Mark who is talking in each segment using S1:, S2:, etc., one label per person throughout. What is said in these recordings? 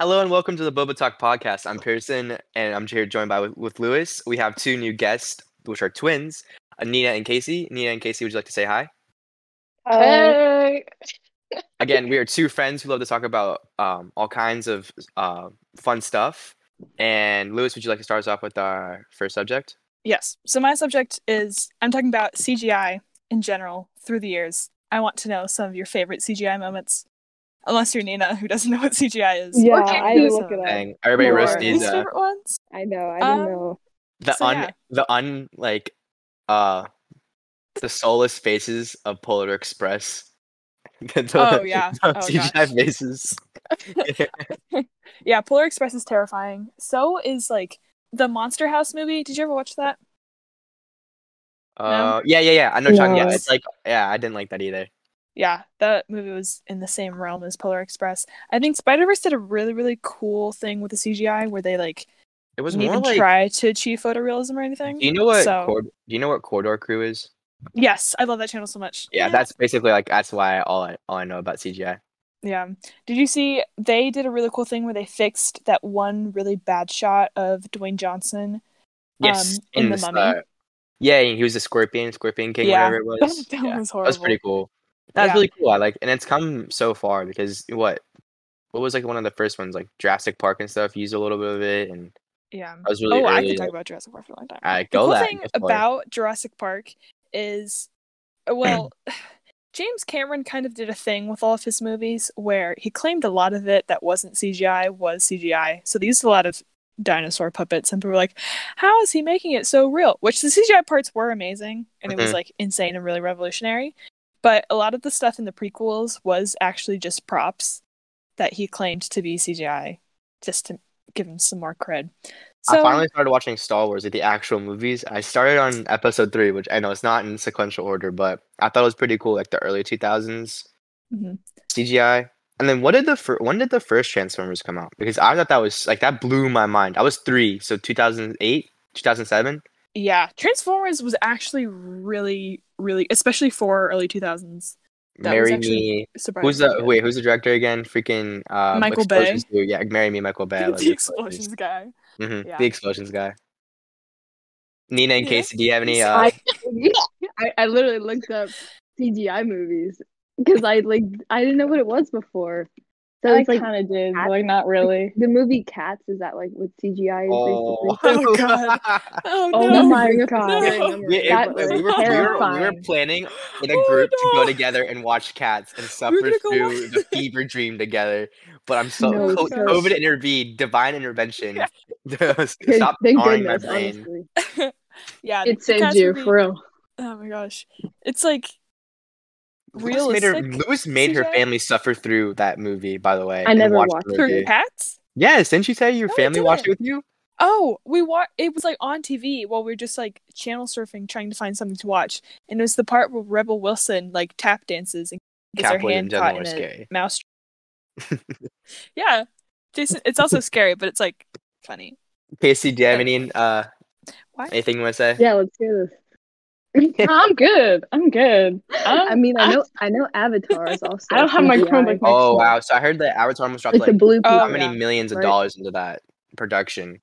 S1: Hello and welcome to the Boba Talk podcast. I'm Pearson and I'm here joined by with, with Lewis. We have two new guests, which are twins, uh, Nina and Casey. Nina and Casey, would you like to say hi?
S2: Oh,
S3: Um,
S4: Hey.
S1: Again, we are two friends who love to talk about um, all kinds of uh, fun stuff. And Lewis, would you like to start us off with our first subject?
S4: Yes. So my subject is I'm talking about CGI in general through the years. I want to know some of your favorite CGI moments. Unless you're Nina, who doesn't know what CGI is.
S3: Yeah,
S4: can't
S3: I
S4: do
S3: look
S4: some.
S3: it up.
S1: Dang, everybody
S3: Lord.
S1: roast
S4: Your
S1: Nina.
S4: least favorite ones?
S3: I know. I don't
S4: Um,
S3: know.
S1: the
S4: So,
S1: un
S4: yeah.
S1: the un like uh the soulless faces of Polar Express. The- the-
S4: Oh, yeah.
S1: the
S4: Oh,
S1: CGI
S4: gosh.
S1: faces.
S4: Yeah, Polar Express is terrifying. So is like the Monster House movie. Did you ever watch that?
S1: Uh, yeah, yeah, yeah. I know. you're talking-
S3: No,
S1: yeah,
S3: it's-
S1: it's like yeah. I didn't like that either.
S4: Yeah, that movie was in the same realm as Polar Express. I think Spider Verse did a really, really cool thing with the CGI where they like
S1: It was
S4: didn't
S1: more
S4: even
S1: like.
S4: try to achieve photorealism or
S1: do
S4: anything.
S1: you know what?
S4: So-
S1: Cord- do you know what Corridor Crew is?
S4: Yes, I love that channel so much.
S1: Yeah, that's basically like that's why all I all I know about CGI.
S4: Yeah. Did you see they did a really cool thing where they fixed that one really bad shot of Dwayne Johnson?
S1: Yes,
S4: Um, in The
S1: this,
S4: Mummy?
S1: uh, yeah, and he was a scorpion, scorpion king,
S4: Yeah.
S1: whatever it was.
S4: That, that
S1: yeah.
S4: was
S1: That
S4: horrible.
S1: was pretty cool. That's
S4: Yeah.
S1: really cool. I like, and it's come so far because what, what was like one of the first ones, like Jurassic Park and stuff. Used a little bit of it, and
S4: Yeah.
S1: I was really
S4: oh,
S1: early.
S4: I could
S1: like,
S4: talk about Jurassic Park for a long time.
S1: Alright,
S4: the
S1: go
S4: cool
S1: then,
S4: thing
S1: go for it.
S4: about Jurassic Park is, uh, well, James Cameron kind of did a thing with all of his movies where he claimed a lot of it that wasn't CGI was CGI. So they used a lot of dinosaur puppets, and people were like, "How is he making it so real?" Which the CGI parts were amazing, and it was
S1: Mhm.
S4: like insane and really revolutionary. But a lot of the stuff in the prequels was actually just props that he claimed to be CGI, just to give him some more cred. So
S1: I finally started watching Star Wars, like the actual movies. I started on episode three, which I know it's not in sequential order, but I thought it was pretty cool, like the early two thousands
S4: Mhm.
S1: CGI. And then what did the fir- when did the first Transformers come out? Because I thought that was like that blew my mind. I was three, so two thousand eight, two thousand seven.
S4: yeah, Transformers was actually really, really, especially for early two thousands. That was
S1: Marry
S4: actually
S1: me.
S4: Surprise!
S1: Who's the wait? Who's the director again? Freaking uh,
S4: Michael Bay.
S1: Explosions Dude. Yeah, marry me, Michael Bay. I love
S4: the explosions guy.
S1: Mhm,
S4: yeah.
S1: The explosions guy. Nina and
S4: Yeah.
S1: Casey, do you have any?
S4: Yes.
S1: Uh,
S3: I, I I literally looked up CGI movies because I like I didn't know what it was before. So
S2: I
S3: it's like
S2: kind of did,
S3: cats-
S2: but like not really.
S3: the movie Cats. Is that like what CGI is?
S1: oh.
S4: Oh, God. Oh,
S3: Oh
S4: no.
S3: my
S4: No.
S3: God.
S1: We, it- we,
S3: That was
S1: were, we, were, we were
S3: terrifying.
S1: planning in a
S4: Oh,
S1: group to
S4: no.
S1: go together and watch cats and
S4: were
S1: suffer
S4: gonna go
S1: through
S4: watch-
S1: the fever dream together. But I'm so
S3: No,
S1: co-
S3: so-
S1: COVID intervened, divine intervention.
S4: Yeah.
S3: Thank-
S1: Stop
S3: Thank
S1: marring my
S3: goodness,
S1: brain.
S3: honestly.
S4: yeah,
S2: It
S4: the
S2: saved
S4: cats
S2: you
S4: would be-
S2: for real.
S4: Oh my gosh, it's like
S1: Lewis made her,
S4: Realistic
S1: Lewis made her
S4: CGI?
S1: family suffer through that movie, by the way.
S3: I
S1: and
S3: never
S1: watched
S3: watched
S1: the
S4: for
S1: movie.
S4: cats.
S1: Yes, didn't you say your
S4: No, I
S1: family watched it with you?
S4: Oh, we wa It was like on TV while we were just like channel surfing, trying to find something to watch, and it was the part where Rebel Wilson like tap dances and gets her
S1: Catboy and
S4: hand
S1: Jen
S4: caught
S1: Moore
S4: in
S1: is
S4: a
S1: scary.
S4: mouse. yeah, Jason. It's also scary, but it's like funny.
S1: Casey, do you have any, uh,
S4: Why?
S1: anything you want to say?
S3: Yeah, let's hear this.
S2: I'm good. I'm good. I'm,
S3: I mean, I know Um, I know Avatar is also.
S2: I don't have my
S3: CGI.
S2: Chromebook. next
S1: Oh,
S2: to me.
S1: wow. So I heard that Avatar almost dropped
S3: It's a
S1: like
S3: blue
S4: Oh,
S1: Um, how
S3: people.
S1: many
S4: yeah.
S1: millions of
S3: Right.
S1: dollars into that production.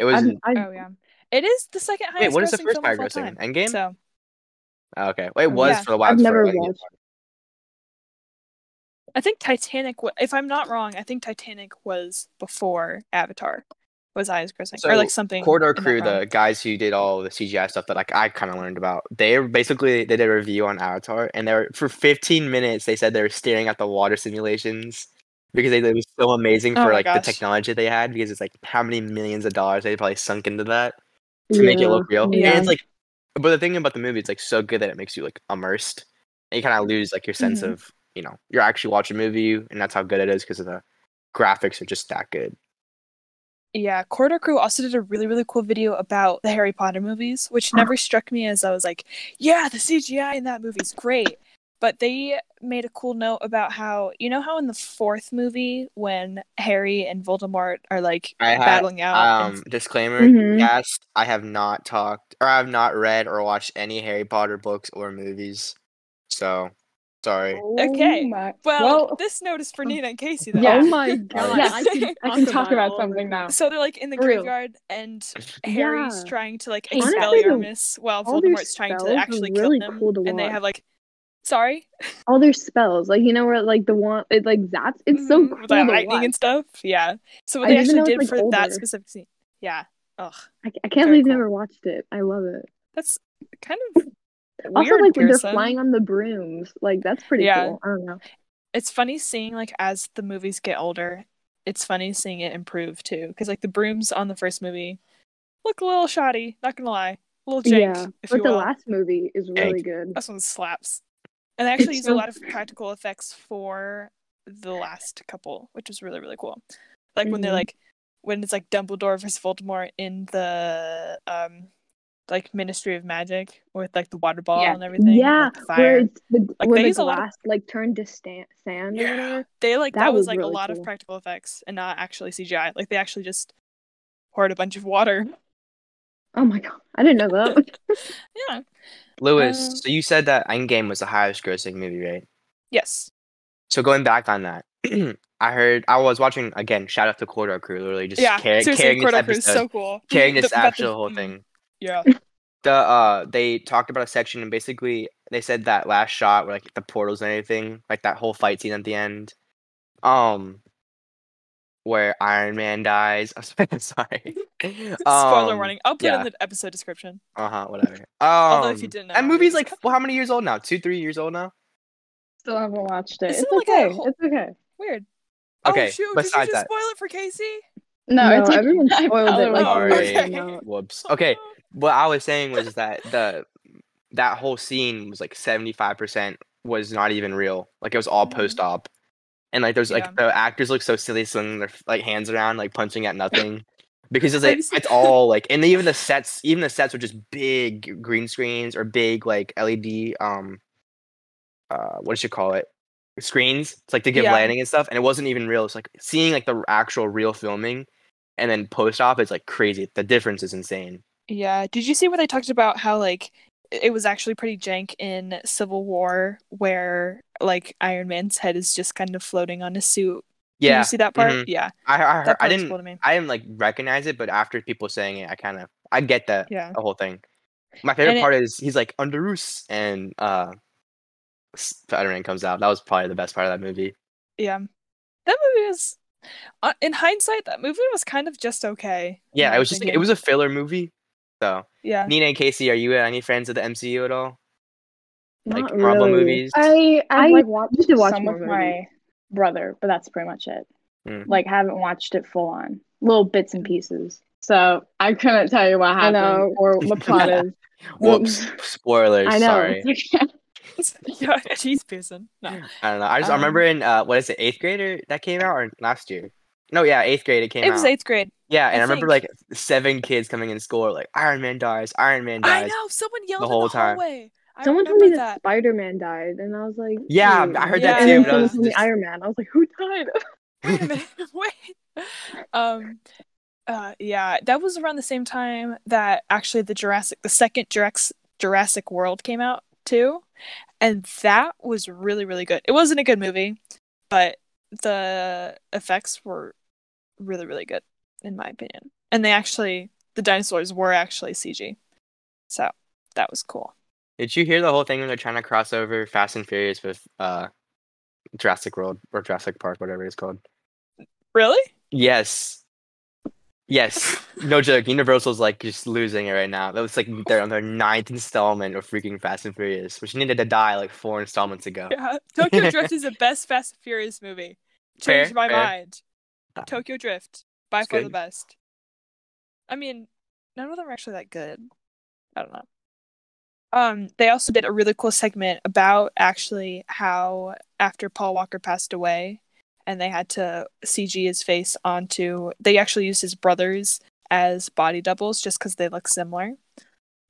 S1: It was.
S3: I'm, I'm,
S4: Oh yeah, it is the second highest.
S1: wait, what is the
S4: grossing
S1: first
S4: film of all
S1: high grossing?
S4: time.
S1: Endgame?
S4: So
S1: oh, okay. Well, it was
S4: Yeah.
S1: for a while.
S3: I've
S1: for
S3: never
S1: like-
S3: watched.
S4: I think Titanic. wa- If I'm not wrong, I think Titanic was before Avatar was highest grossing,
S1: So,
S4: or like something.
S1: Corridor
S4: in that
S1: Crew,
S4: realm.
S1: the guys who did all the CGI stuff that like I kind of learned about, they were basically they did a review on Avatar, and they were for 15 minutes. They said they were staring at the water simulations because they, it was so amazing
S4: Oh
S1: for
S4: my
S1: like
S4: gosh.
S1: the technology they had. Because it's like how many millions of dollars they probably sunk into that to make it look real.
S4: Yeah.
S1: And it's like, but the thing about the movie, it's like so good that it makes you like immersed, and you kind of lose like your sense
S4: Mhm.
S1: of you know you're actually watching a movie, and that's how good it is because of the graphics are just that good.
S4: Yeah, Corridor Crew also did a really, really cool video about the
S3: Uh-huh.
S4: Harry Potter movies, which never struck me as I was like, yeah, the CGI in that movie's great. But they made a cool note about how you know how in the fourth movie when Harry and Voldemort are like
S1: I had
S4: battling out. and-
S1: Uh, um disclaimer.
S4: Mm-hmm.
S3: Mhm.
S1: Yes, I have not talked or I've not read or watched any Harry Potter books or movies. So sorry.
S4: Okay.
S2: Oh my-
S4: well,
S2: well,
S4: this note is for Nina and Casey. Though.
S2: Yeah.
S3: um, Oh my god!
S2: Yes.
S3: I can,
S2: I can talk about
S3: all
S2: something
S3: of
S2: now.
S4: So they're like in the
S3: For real.
S4: graveyard, and Harry's
S3: Yeah.
S4: trying to like
S2: Honestly,
S4: expel
S3: the-
S4: Yarmus while
S3: all their
S4: Voldemort's trying
S3: spells
S4: to
S3: are
S4: actually
S3: really
S4: kill them.
S3: cool to
S4: and they
S3: watch.
S4: have like, sorry,
S3: all their spells. Like you know where like the one it like zaps. It's so
S4: Mhm,
S3: cool
S4: with that
S3: to
S4: lightning
S3: watch.
S4: and stuff. Yeah. So what
S3: I
S4: they
S3: didn't
S4: actually
S3: know
S4: did
S3: it's,
S4: for
S3: like,
S4: that
S3: older.
S4: specific scene. Yeah. Ugh.
S3: I, I can't
S4: Very
S3: believe
S4: cool.
S3: I never watched it. I love it.
S4: That's kind of weird.
S3: also, like when
S4: Pearson.
S3: they're flying on the brooms, like that's pretty
S4: Yeah.
S3: cool. I don't know.
S4: it's funny seeing like as the movies get older, it's funny seeing it improve too. Because like the brooms on the first movie look a little shoddy. Not gonna lie, a little jank.
S3: yeah,
S4: if
S3: but
S4: you
S3: the
S4: will.
S3: last movie is really good.
S4: This one slaps. And they actually
S3: It's
S4: used a
S3: so-
S4: lot of practical effects for the last couple, which was really, really cool. Like when they're
S3: Mhm.
S4: like when it's like Dumbledore versus Voldemort in the um like Ministry of Magic with like the water ball
S2: Yeah.
S4: and everything.
S3: Yeah,
S4: like, the fire.
S3: Where it's the,
S4: Like, they
S3: where the
S4: use a lot of-
S3: glass like turned to sta- sand or
S4: Yeah.
S3: whatever.
S4: They like that,
S3: That
S4: was,
S3: was
S4: like a
S3: really
S4: lot of
S3: cool.
S4: practical effects and not actually CGI. Like they actually just poured a bunch of water.
S3: Mm-hmm. Oh my god, I didn't know that.
S4: Yeah.
S1: Lewis,
S4: Um,
S1: so you said that Endgame was the highest grossing movie, right?
S4: Yes.
S1: So going back on that, I heard I was watching again. Shout out to Corridor Crew, literally just
S4: yeah.
S1: car-
S4: Seriously,
S1: carrying this
S4: Cordo Crew
S1: episode,
S4: is so cool.
S1: carrying this
S4: The- about the-
S1: actual whole
S4: mm,
S1: thing.
S4: Yeah.
S1: The uh, they talked about a section and basically they said that last shot where like the portals and everything, like that whole fight scene at the end, um, where Iron Man dies. I'm sorry.
S4: Spoiler warning. I'll put it
S1: Um, yeah.
S4: in the episode description.
S1: Uh huh. Whatever. Um,
S4: Although if you didn't know,
S1: that
S4: it
S1: movie's
S4: was-
S1: like well, how many years old now? Two, three years old now.
S2: still haven't watched it.
S4: Isn't
S2: It's
S4: it like a
S2: okay.
S4: whole-
S2: It's okay.
S4: Weird.
S1: Okay,
S4: oh shoot! Did you
S1: besides
S4: just
S1: that.
S4: spoil it for Casey?
S2: No, it's like,
S3: everyone
S2: I
S3: spoiled it. Like,
S1: probably
S3: years
S4: won't.
S3: ago.
S1: Whoops. Okay.
S4: Oh,
S1: what I was saying was that the that whole scene was like seventy five percent was not even real. Like it was all
S4: Mhm.
S1: post op, and like there's
S4: Yeah.
S1: like the actors look so silly swinging their like hands around, like punching at nothing, because it's
S4: Have
S1: like,
S4: you seen-
S1: it's all like, and even the sets, even the sets were just big green screens or big like LED um, uh, what should you call it? Screens. It's like to give
S4: Yeah.
S1: landing and stuff, and it wasn't even real. It's like seeing like the actual real filming. And then post op is like crazy. The difference is insane.
S4: Yeah. Did you see where they talked about how like it was actually pretty jank in Civil War where like Iron Man's head is just kind of floating on his suit? Did
S1: Yeah,
S4: you see that part?
S1: mhm.
S4: Yeah.
S1: I I,
S4: That
S1: heard,
S4: part
S1: I
S4: was
S1: didn't
S4: cool to me.
S1: I didn't like recognize it, but after people saying it, I kind of I get the
S4: Yeah.
S1: the whole thing. My favorite
S4: And it-
S1: part is he's like under Roos and uh Spider-Man comes out. That was probably the best part of that movie.
S4: Yeah. That movie was, uh, in hindsight, that movie was kind of just okay.
S1: Yeah,
S4: now
S1: it
S4: I'm
S1: was just it
S4: thinking.
S1: was a filler movie. So
S4: Yeah.
S1: Nina and Casey, are you uh, any friends of the MCU at all? Like
S3: Not
S1: Marvel
S3: really.
S1: movies?
S2: I
S3: I
S2: I like watched
S3: need to watch
S2: some
S3: more
S2: with my brother, but that's pretty much it.
S1: Mm.
S2: Like haven't watched it full on, little bits and pieces. So I couldn't tell you what
S3: I
S2: happened
S3: know.
S2: or what plot is.
S1: Whoops, spoilers.
S3: I know.
S1: Sorry,
S4: yeah. Jeez, Pearson. No.
S1: I don't know. I just I
S4: Um,
S1: remember in uh what is it eighth grader that came out or last year? No, yeah, eighth grade it came
S4: It
S1: out.
S4: was eighth grade.
S1: Yeah, and I,
S4: I
S1: remember
S4: think.
S1: like seven kids coming in school like Iron Man dies, Iron Man
S4: I
S1: dies.
S4: know. Someone yelled
S1: whole
S4: in the
S1: time.
S4: hallway. I
S3: Someone told
S4: remember
S3: me that,
S4: that.
S3: Spider Man died, and I was like,
S1: Yeah,
S3: "Ooh."
S1: I heard
S4: that
S3: And then
S4: too, but I
S3: someone
S1: was
S3: told me
S1: just-
S3: Iron Man. I was like, who died?
S4: wait a minute, wait. Um, uh, yeah, that was around the same time that actually the Jurassic, the second Jurassic Jurassic World came out too, and that was really really good. It wasn't a good movie, but the effects were really really good in my opinion, and they actually the dinosaurs were actually CG, so that was cool.
S1: Did you hear the whole thing when they're trying to cross over Fast and Furious with uh Jurassic World or Jurassic Park, whatever it's called?
S4: Really?
S1: Yes. Yes. No joke. Universal's like just losing it right now. That was like their on their ninth installment of freaking Fast and Furious, which needed to die like four installments ago.
S4: Yeah. Tokyo Drift is the best Fast and Furious movie. Changed
S1: Fair,
S4: my
S1: fair.
S4: mind. Tokyo Drift, by
S1: It's
S4: far the
S1: good.
S4: best. I mean, none of them are actually that good. I don't know. Um, they also did a really cool segment about actually how after Paul Walker passed away, and they had to CG his face onto. They actually used his brothers as body doubles just because they look similar,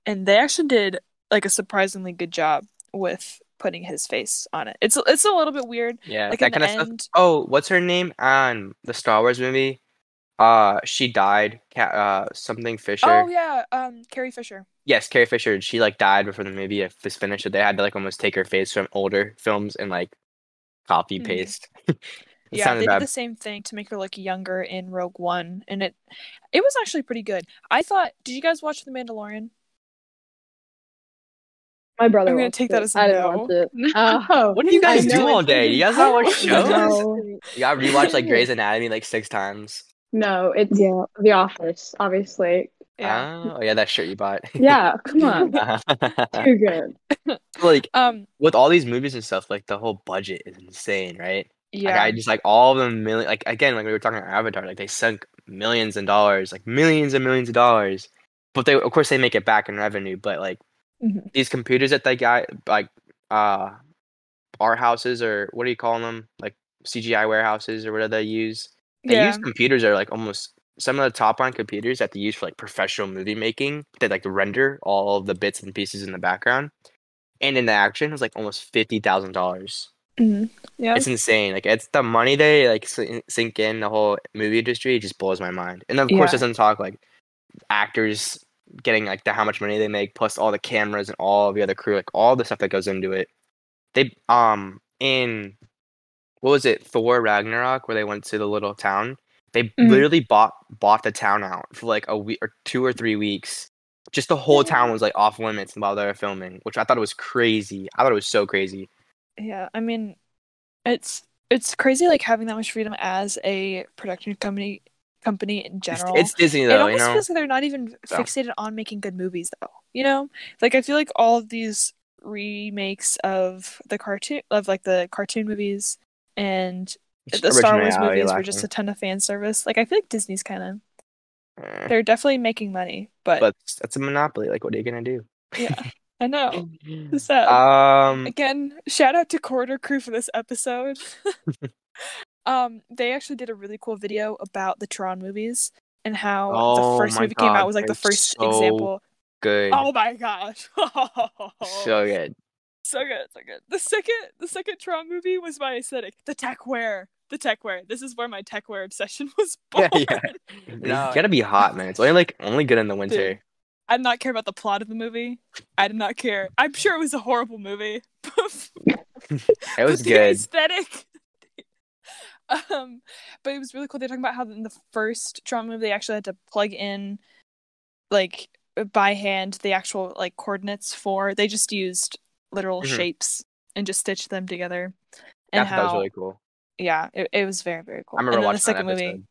S4: and they actually did like a surprisingly good job with putting his face on it. It's it's a little bit weird.
S1: Yeah,
S4: Like
S1: that kind
S4: in the
S1: of stuff.
S4: end-
S1: Oh, what's her name? On the Star Wars movie, uh, she died. Ca- uh, something Fisher.
S4: Oh yeah, um, Carrie Fisher.
S1: Yes, Carrie Fisher. She like died before the movie f- was finished, so they had to like almost take her face from older films and like copy
S4: Mhm.
S1: paste. it
S4: yeah,
S1: sounded
S4: they
S1: bad.
S4: did the same thing to make her look younger in Rogue One, and it it was actually pretty good. I thought. Did you guys watch The Mandalorian?
S3: My brother.
S4: I'm gonna
S3: watched
S4: take
S3: it.
S4: that as a
S3: I didn't
S4: no.
S3: watch it.
S2: Oh,
S1: What do you
S3: I
S1: guys do
S3: know
S1: all
S3: it's
S1: day?
S3: really-
S1: You guys not watch
S3: I
S1: shows?
S3: don't know.
S1: Yeah, I rewatched like Grey's Anatomy like six times.
S2: no, it's
S3: Yeah.
S2: The Office, obviously.
S4: Yeah.
S1: Oh yeah, that shirt you bought.
S2: Yeah, come on. Too good.
S1: like
S4: um.
S1: with all these movies and stuff, like the whole budget is insane, right? Like
S4: Yeah.
S1: I just like all the million, like again, like we were talking about Avatar, like they sunk millions and dollars, like millions and millions of dollars. But they, of course, they make it back in revenue. But like
S4: Mhm.
S1: these computers that they got, like uh, art houses or what do you call them, like CGI warehouses or whatever they use. They
S4: yeah.
S1: use computers that are like almost some of the top line computers that they use for like professional movie making. They like render all of the bits and pieces in the background, and in the action, it was like almost fifty thousand dollars
S2: Mm-hmm.
S4: Mhm. Yeah.
S1: it's insane. Like it's the money they like sin- sink in the whole movie industry. It just blows my mind. And of course,
S4: Yeah.
S1: doesn't talk like actors getting like the how much money they make plus all the cameras and all the other crew, like all the stuff that goes into it. They um in what was it Thor Ragnarok where they went to the little town. They
S4: Mhm.
S1: literally bought bought the town out for like a week or two or three weeks. Just the whole town was like off limits while they were filming, which I thought was crazy. I thought it was so crazy.
S4: Yeah, I mean, it's it's crazy like having that much freedom as a production company company in
S1: It's,
S4: general.
S1: it's Disney
S4: it
S1: though, you
S4: almost
S1: know.
S4: feels like they're not even
S1: So.
S4: fixated on making good movies though. You know, like I feel like all of these remakes of the cartoon of like the cartoon movies and the Star Wars
S1: Originality
S4: movies were
S1: lacking.
S4: just a ton of fan service. Like I feel like Disney's kind of
S1: Eh,
S4: they're definitely making money, but,
S1: but that's a monopoly. Like, what are you gonna do?
S4: yeah, I know. It's sad.
S1: Um,
S4: again shout out to corridor crew for this episode um they actually did a really cool video about the tron movies and how
S1: Oh
S4: the first
S1: my
S4: movie came
S1: God,
S4: out was like the
S1: they're
S4: first
S1: so
S4: example
S1: good.
S4: oh my gosh
S1: so good.
S4: so good so good the second the second tron movie was my aesthetic the tech wear the tech wear this is where my tech wear obsession was born
S1: Yeah, yeah. You gotta be hot, man. It's only like only good in the winter.
S4: i did not care about the plot of the movie i did not care i'm sure it was a horrible movie
S1: It was
S4: the
S1: good.
S4: aesthetic. um, but it was really cool. They're talking about how in the first Tron movie they actually had to plug in, like by hand, the actual like coordinates for. They just used literal
S1: Mhm.
S4: shapes and just stitched them together.
S1: I thought
S4: And how,
S1: that was really cool.
S4: yeah, it, it was very very cool.
S1: I remember
S4: and then
S1: watching
S4: the second
S1: that
S4: movie.
S1: episode.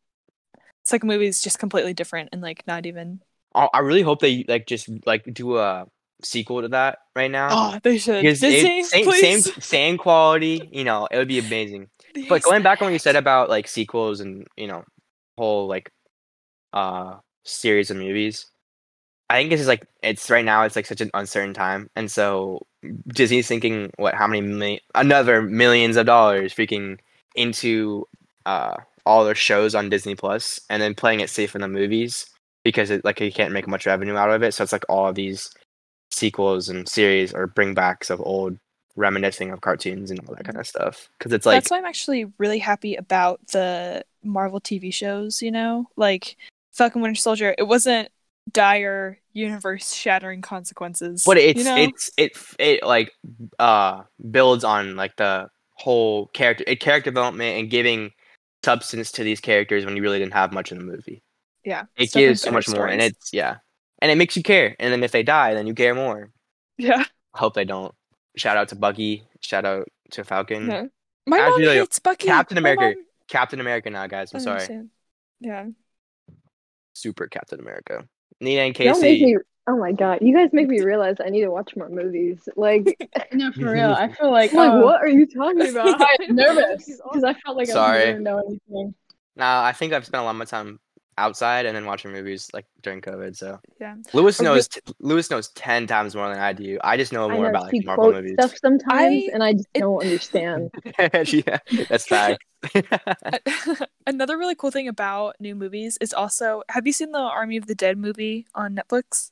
S4: Second movie is just completely different and like not even.
S1: I I really hope they like just like do a sequel to that right now.
S4: Oh, they should
S1: Um, Because it- same,
S4: Disney,
S1: same
S4: please.
S1: same quality, you know, it would be amazing. But
S4: Please.
S1: going back on what you said about like sequels and you know whole like uh series of movies, I think it's just like it's right now it's like such an uncertain time, and so Disney's thinking what how many million another millions of dollars freaking into uh all their shows on Disney Plus, and then playing it safe in the movies because it like you can't make much revenue out of it, so it's like all of these sequels and series or bring backs of old reminiscing of cartoons and all that kind of stuff because it's like
S4: that's why I'm actually really happy about the Marvel TV shows. You know, like Falcon Winter Soldier. It wasn't dire, universe-shattering consequences.
S1: but it's
S4: you know?
S1: it's it it like uh builds on like the whole character it, character development and giving substance to these characters when you really didn't have much in the movie
S4: yeah.
S1: it
S4: definitely
S1: gives so
S4: better
S1: much more and
S4: stories.
S1: it's yeah and it makes you care and then if they die then you care more
S4: yeah.
S1: i hope they don't shout out to buggy shout out to falcon
S4: No. My
S1: Mm. Actually,
S4: mom
S1: like,
S4: hates Bucky.
S1: Captain
S4: My
S1: America.
S4: mom-
S1: captain america now guys i'm
S4: I
S1: sorry
S4: understand. Yeah.
S1: super captain america nina and
S3: Don't make
S1: casey
S3: me. Oh my god, you guys make me realize I need to watch more movies. Like,
S2: No, for real. I feel like,
S3: like
S4: Oh.
S2: um,
S3: what are you talking about?
S2: I was nervous because I felt like
S1: Sorry.
S2: I didn't know anything.
S1: now i think i've spent a lot of my time outside and then watching movies like during covid so
S4: Yeah.
S1: Lewis
S4: A re-
S1: knows t- Lewis knows ten times more than I do. I just know
S3: I
S1: more
S3: know,
S1: about
S3: she
S1: like Marvel
S3: quotes
S1: movies.
S3: stuff sometimes,
S4: I-
S3: and I just
S4: it-
S3: don't understand.
S1: yeah, that's fact.
S4: Another really cool thing about new movies is also have you seen the Army of the Dead movie on Netflix?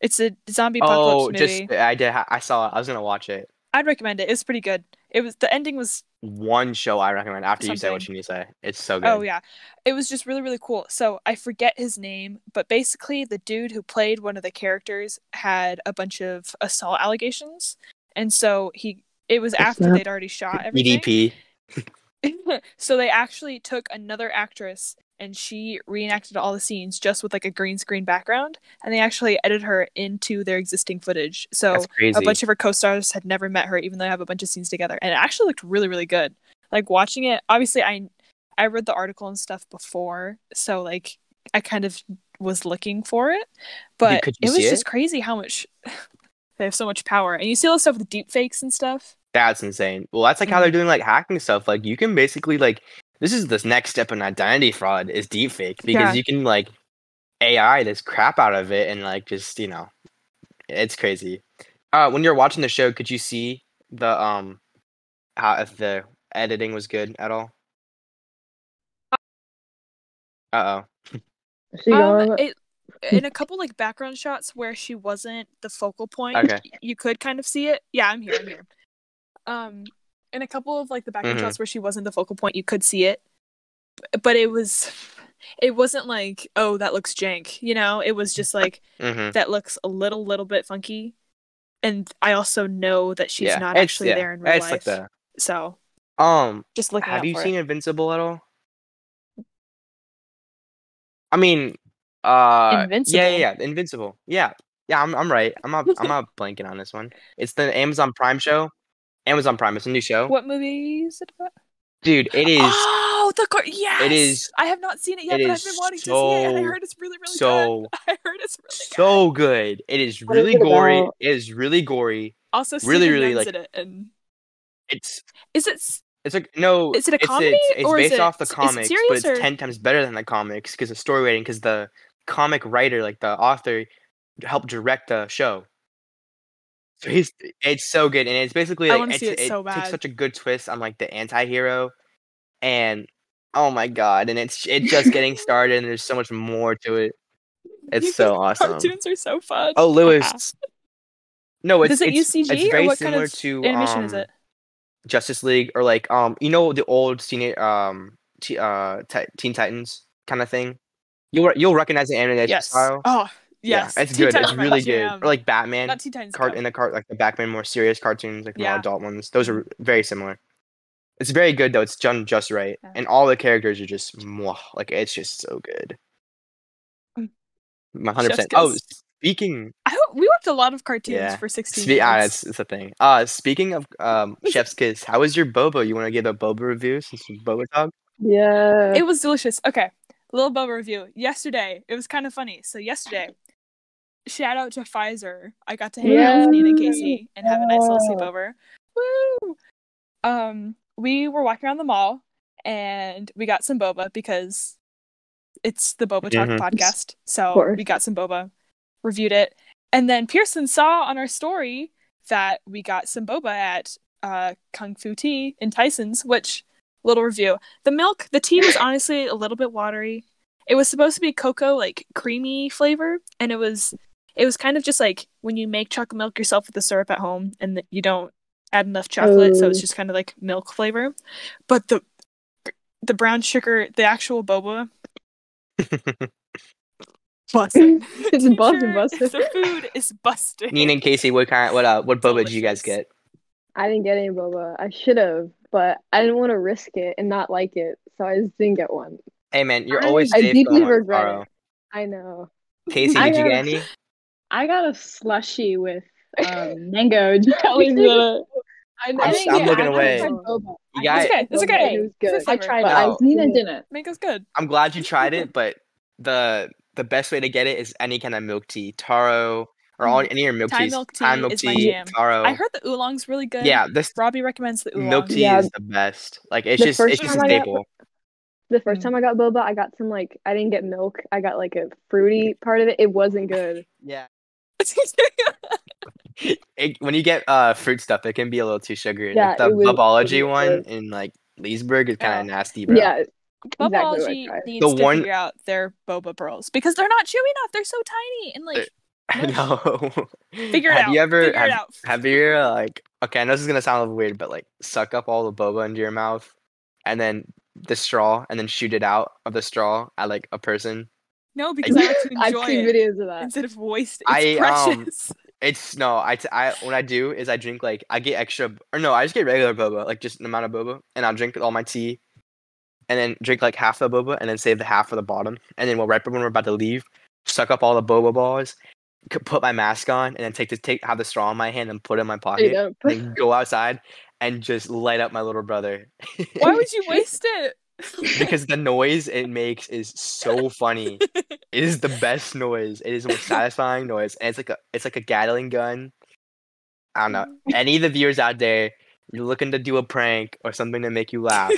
S4: It's a zombie apocalypse
S1: oh,
S4: movie.
S1: just I did. ha- I saw it. I was gonna watch it.
S4: I'd recommend it. It's pretty good. It was the ending was
S1: One show I recommend after you say what you
S4: Something.
S1: need to say. It's so good.
S4: Oh yeah. It was just really really cool. So I forget his name, but basically the dude who played one of the characters had a bunch of assault allegations. And so he it was after
S3: not-
S4: they'd already shot everything.
S1: EDP.
S4: so they actually took another actress and she reenacted all the scenes just with like a green screen background and they actually edited her into their existing footage. So
S3: oh,
S1: That's crazy.
S4: a bunch of her co-stars had never met her even though they have a bunch of scenes together and it actually looked really really good like watching it obviously i i read the article and stuff before so like i kind of was looking for it but
S1: could you
S4: it was
S1: see
S4: just
S1: it?
S4: crazy how much they have so much power and you see all the stuff with deep fakes and stuff
S1: That's insane. Well, that's like how they're
S4: Mm-hmm.
S1: doing like hacking stuff. Like you can basically like this is this next step in identity fraud is deepfake because
S4: Yeah.
S1: you can like AI this crap out of it and like just you know, it's crazy. Uh, when you're watching the show, could you see the um how if the editing was good at all? Uh oh.
S3: She
S4: um,
S3: goes,
S4: it, in a couple like background shots where she wasn't the focal point
S1: Okay.
S4: y- you could kind of see it yeah i'm here i'm here um in a couple of like the background
S1: Mhm.
S4: shots where she wasn't the focal point you could see it B- but it was it wasn't like oh that looks jank you know it was just like
S1: Mm-hmm.
S4: that looks a little little bit funky and i also know that she's
S1: yeah,
S4: not
S1: it's-
S4: actually
S1: yeah,
S4: there in real
S1: it's
S4: life
S1: Like the,
S4: so
S1: um,
S4: just looking
S1: Have
S4: out
S1: you
S4: for
S1: seen
S4: it.
S1: Invincible at all? I mean, uh, Yeah, yeah,
S4: Invincible?
S1: yeah, Invincible. Yeah, yeah. I'm, I'm right. I'm not, I'm not blanking on this one. It's the Amazon Prime show. Amazon Prime. It's a new show,
S4: what movie is it about
S1: dude. It is
S4: oh the car yes
S1: is-
S4: i have not seen it yet
S1: it
S4: but i've
S1: is
S4: been wanting to see it and i
S1: so,
S4: heard it's really really good
S1: so,
S4: i heard it's really good
S1: so good. It is
S3: is
S1: really
S3: it
S1: gory.
S3: about?
S1: It is really gory.
S4: also
S1: really,
S4: Stephen
S1: really,
S4: Young's
S1: like-
S4: in it and
S1: It's
S4: is it
S1: it's like no.
S4: Is it a
S1: it's-
S4: comedy,
S1: It's, it's
S4: or is
S1: based
S4: it-
S1: off the
S4: is it
S1: comics, but
S4: serious,
S1: it's
S4: or-
S1: ten times better than the comics because the story writing. Because the comic writer, like the author, helped direct the show. So he's it's so good, and it's basically
S4: I
S1: like
S4: wanna
S1: it's,
S4: see it so
S1: takes
S4: bad.
S1: such a good twist on like the anti-hero, and oh my god, and it's it's just getting started, and there's so much more to it. It's
S4: You
S1: so
S4: think
S1: awesome.
S4: Cartoons are so fun.
S1: Oh, Lewis. No, it's
S4: Does it
S1: it's,
S4: use CG,
S1: it's
S4: or
S1: very
S4: what kind
S1: similar
S4: of
S1: to
S4: animation is
S1: um,
S4: it?
S1: Justice League or like um you know the old Teen um t- uh Ti- Teen Titans kind of thing. You'll re- you'll recognize the animation
S4: Yes.
S1: style.
S4: Oh,
S1: Yeah,
S4: yes.
S1: it's
S4: Teen
S1: good.
S4: Titans
S1: It's
S4: are my
S1: really
S4: jam.
S1: good. Or like Batman
S4: not Teen Titans.
S1: cart
S4: Go.
S1: in the cart like the Batman more serious cartoons like the more
S4: Yeah.
S1: adult ones. Those are very similar. It's very good though. It's done just right,
S4: Yeah.
S1: and all the characters are just mwah, like it's just so good.
S4: Mm.
S1: One hundred
S4: Chef's
S1: percent. Oh,
S4: kiss.
S1: speaking
S4: I hope we watched a lot of cartoons
S1: Yeah.
S4: for sixteen.
S1: Spe- ah,
S4: years.
S1: it's, it's a thing. Uh, speaking of um, Chef's Kiss, how was your boba? You want to give a boba review since you boba talk?
S3: yeah.
S4: It was delicious. Okay. Little Bubba review. Yesterday, it was kind of funny. So yesterday, shout out to Pfizer. I got to hang out with Nina and Casey and have a nice little
S3: Yeah.
S4: sleepover. Woo! Um, we were walking around the mall and we got some boba because it's the Boba Talk
S1: Mhm.
S4: podcast.
S3: Of
S4: So
S3: course.
S4: we got some boba, reviewed it, and then Pearson saw on our story that we got some boba at uh, Kung Fu Tea in Tyson's, which little review. The milk, the tea was honestly a little bit watery. It was supposed to be cocoa, like creamy flavor, and it was it was kind of just like when you make chocolate milk yourself with the syrup at home, and that you don't add enough chocolate, so it's
S3: Oh.
S4: just kind of like milk flavor. But the the brown sugar, the actual boba, busting.
S3: It's busting, busting.
S4: The food is busting.
S1: Nina and Casey, what kind? What uh? What boba did you guys
S4: Delicious.
S1: get?
S3: I didn't get any boba. I should have, but I didn't want to risk it and not like it, so I just didn't get one.
S1: Hey man, you're
S3: I-
S1: always
S3: I
S1: safe
S3: deeply
S1: going on
S3: regret it.
S1: Taro.
S3: I know.
S1: Casey,
S2: I
S1: did you get
S2: am-
S1: any?
S2: I got a slushy with um, mango jelly.
S3: I know.
S1: I'm-
S3: I didn't
S1: I'm
S3: get-
S1: looking
S3: I haven't
S1: away.
S3: tried boba.
S1: You
S2: I
S1: guys,
S4: It's okay. It's okay.
S3: It was
S4: It's a
S3: good.
S2: I
S4: flavor.
S2: tried
S1: No.
S2: it. Nina didn't.
S4: Mango's good.
S1: I'm glad you tried it, but the the best way to get it is any kind of milk tea, Taro, or
S3: Mm.
S1: all, any of your milk
S4: Thai
S1: teas.
S4: milk
S1: Thai
S4: tea
S1: milk
S4: is my
S1: tea,
S4: jam.
S1: Taro.
S4: I heard the oolong's really good.
S1: Oh. yeah, this
S4: Robbie recommends the oolong.
S1: milk tea
S3: Yeah.
S1: is the best. Like it's
S3: The
S1: just
S3: first
S1: it's just a
S3: time I got-
S1: staple.
S3: The first
S4: Mm.
S3: time I got boba, I got some like I didn't get milk. I got like a fruity part of it. It wasn't good.
S1: Yeah. it, when you get uh fruit stuff, it can be a little too sugary.
S3: Yeah,
S1: like the
S3: it was-
S1: bubology
S3: it
S1: one
S3: was.
S1: in like Leesburg is kind
S4: Yeah.
S1: of nasty, bro.
S3: Yeah, Exactly what I
S4: Bubology
S3: tried.
S4: needs
S1: The
S4: to
S1: one-
S4: figure out their boba pearls because they're not chewy enough. They're so tiny and like
S1: I know.
S4: Figure
S1: Uh,
S4: it
S1: have
S4: out.
S1: You ever,
S4: Figure
S1: have,
S4: it out.
S1: have you ever, like, okay, I know this is going to sound weird, but like, suck up all the boba into your mouth and then the straw and then shoot it out of the straw at like a person?
S4: no, because I like to
S3: I've
S4: enjoy
S3: seen
S4: it
S3: videos of that.
S4: instead of waste. It's
S1: I, um,
S4: precious.
S1: It's no, I, t- I, what I do is I drink like, I get extra, or no, I just get regular boba, like just an amount of boba, and I'll drink all my tea and then drink like half the boba and then save the half for the bottom. And then, well, right when we're about to leave, suck up all the boba balls, c- put my mask on, and then take the, take, have the straw in my hand and put it in my pocket.
S3: You know,
S1: and then go outside and just light up my little brother
S4: Why would you waste it?
S1: because the noise it makes is so funny. It is the best noise. It is the most satisfying noise, and it's like a it's like a Gatling gun. I don't know.
S4: Mm.
S1: Any of the viewers out there, you're looking to do a prank or something to make you laugh.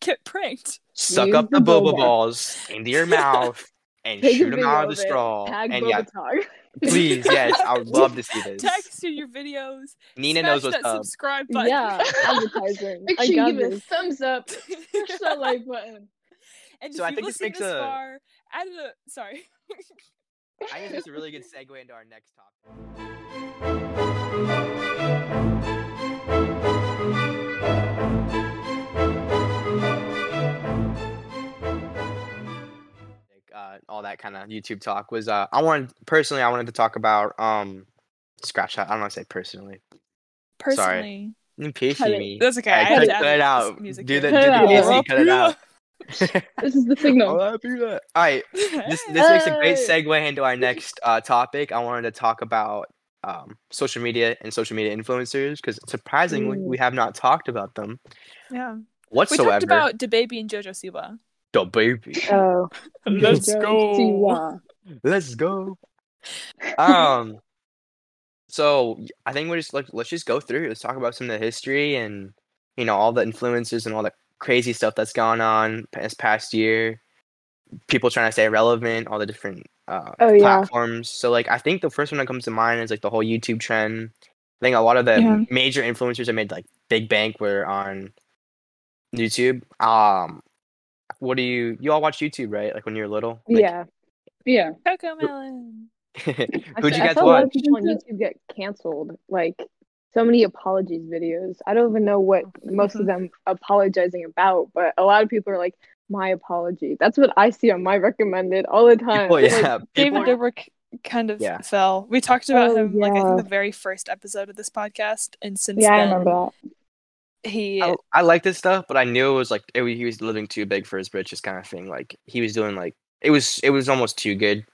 S4: Get pranked.
S1: Suck
S3: Use
S1: up
S3: the
S1: the boba,
S3: boba.
S1: balls into your mouth and
S3: Take a
S1: shoot 'em shoot them
S3: video
S1: out of
S3: of
S1: the
S3: it.
S1: straw.
S3: Tag
S1: Oh, and
S3: Boba
S1: yeah,
S3: Tog.
S1: please, yes, I would love to see this.
S4: Tag us in your videos.
S1: Nina
S4: Smash
S1: knows what's
S4: that
S1: up.
S4: subscribe button.
S3: Yeah, advertising.
S2: Make
S3: I
S2: sure you
S3: got
S2: give it a
S3: this.
S2: thumbs up. Push that like button.
S4: and if
S1: So I
S4: you
S1: think this
S4: listen
S1: makes
S4: this
S1: a-
S4: far, add a sorry.
S1: I think it's a really good segue into our next topic. Uh, all that kind of YouTube talk was. Uh, I wanted personally. I wanted to talk about um, scratch that. I don't want to say personally.
S4: Personally,
S1: You Pacey
S3: Cut it.
S1: me.
S4: that's okay. I
S1: Hey,
S4: had
S1: cut,
S4: to add
S1: cut it
S4: this
S1: out.
S4: music
S1: Do
S4: in.
S1: the do
S3: Cut it
S1: the
S3: out.
S1: Pacey. Cut it out.
S3: This is the signal.
S1: I'll do that. All right. this this makes a great segue into our next uh, topic. I wanted to talk about um, social media and social media influencers because surprisingly
S3: Mm.
S1: we have not talked about them
S4: Yeah. We
S1: whatsoever.
S4: talked about DeBaby and JoJo Siwa.
S1: the baby.
S3: Oh, Jojo Siwa.
S1: Let's go. Um. So y- I think we're just like let's just go through. Let's talk about some of the history and you know all the influences and all the crazy stuff that's gone on p- this past year. People trying to stay relevant, all the different uh,
S3: Oh, yeah.
S1: platforms. So like I think the first one that comes to mind is like the whole YouTube trend. I think a lot of the
S4: Yeah.
S1: major influencers that made like Big Bank were on YouTube. Um, what do you you all watch YouTube right? Like when you were little. Like,
S3: Yeah.
S2: Yeah.
S4: Coco Melon.
S1: Who'd you
S3: I
S1: guys
S3: saw a lot
S1: watch?
S3: of people on YouTube get canceled. Like so many apologies videos. I don't even know what most of them apologizing about, but a lot of people are like, "My apology." That's what I see on my recommended all the time.
S1: People,
S3: Like,
S1: Oh, yeah, people
S4: David
S1: are-
S4: Dobrik kind of
S1: Yeah.
S4: fell. We talked about
S3: Oh,
S4: him like I
S3: yeah.
S4: think the very first episode of this podcast, and since
S2: Yeah, I
S4: then
S2: remember that.
S4: he
S1: I, I like this stuff, but I knew it was like it, was- he was living too big for his britches, kind of thing. Like he was doing like it was it was almost too good.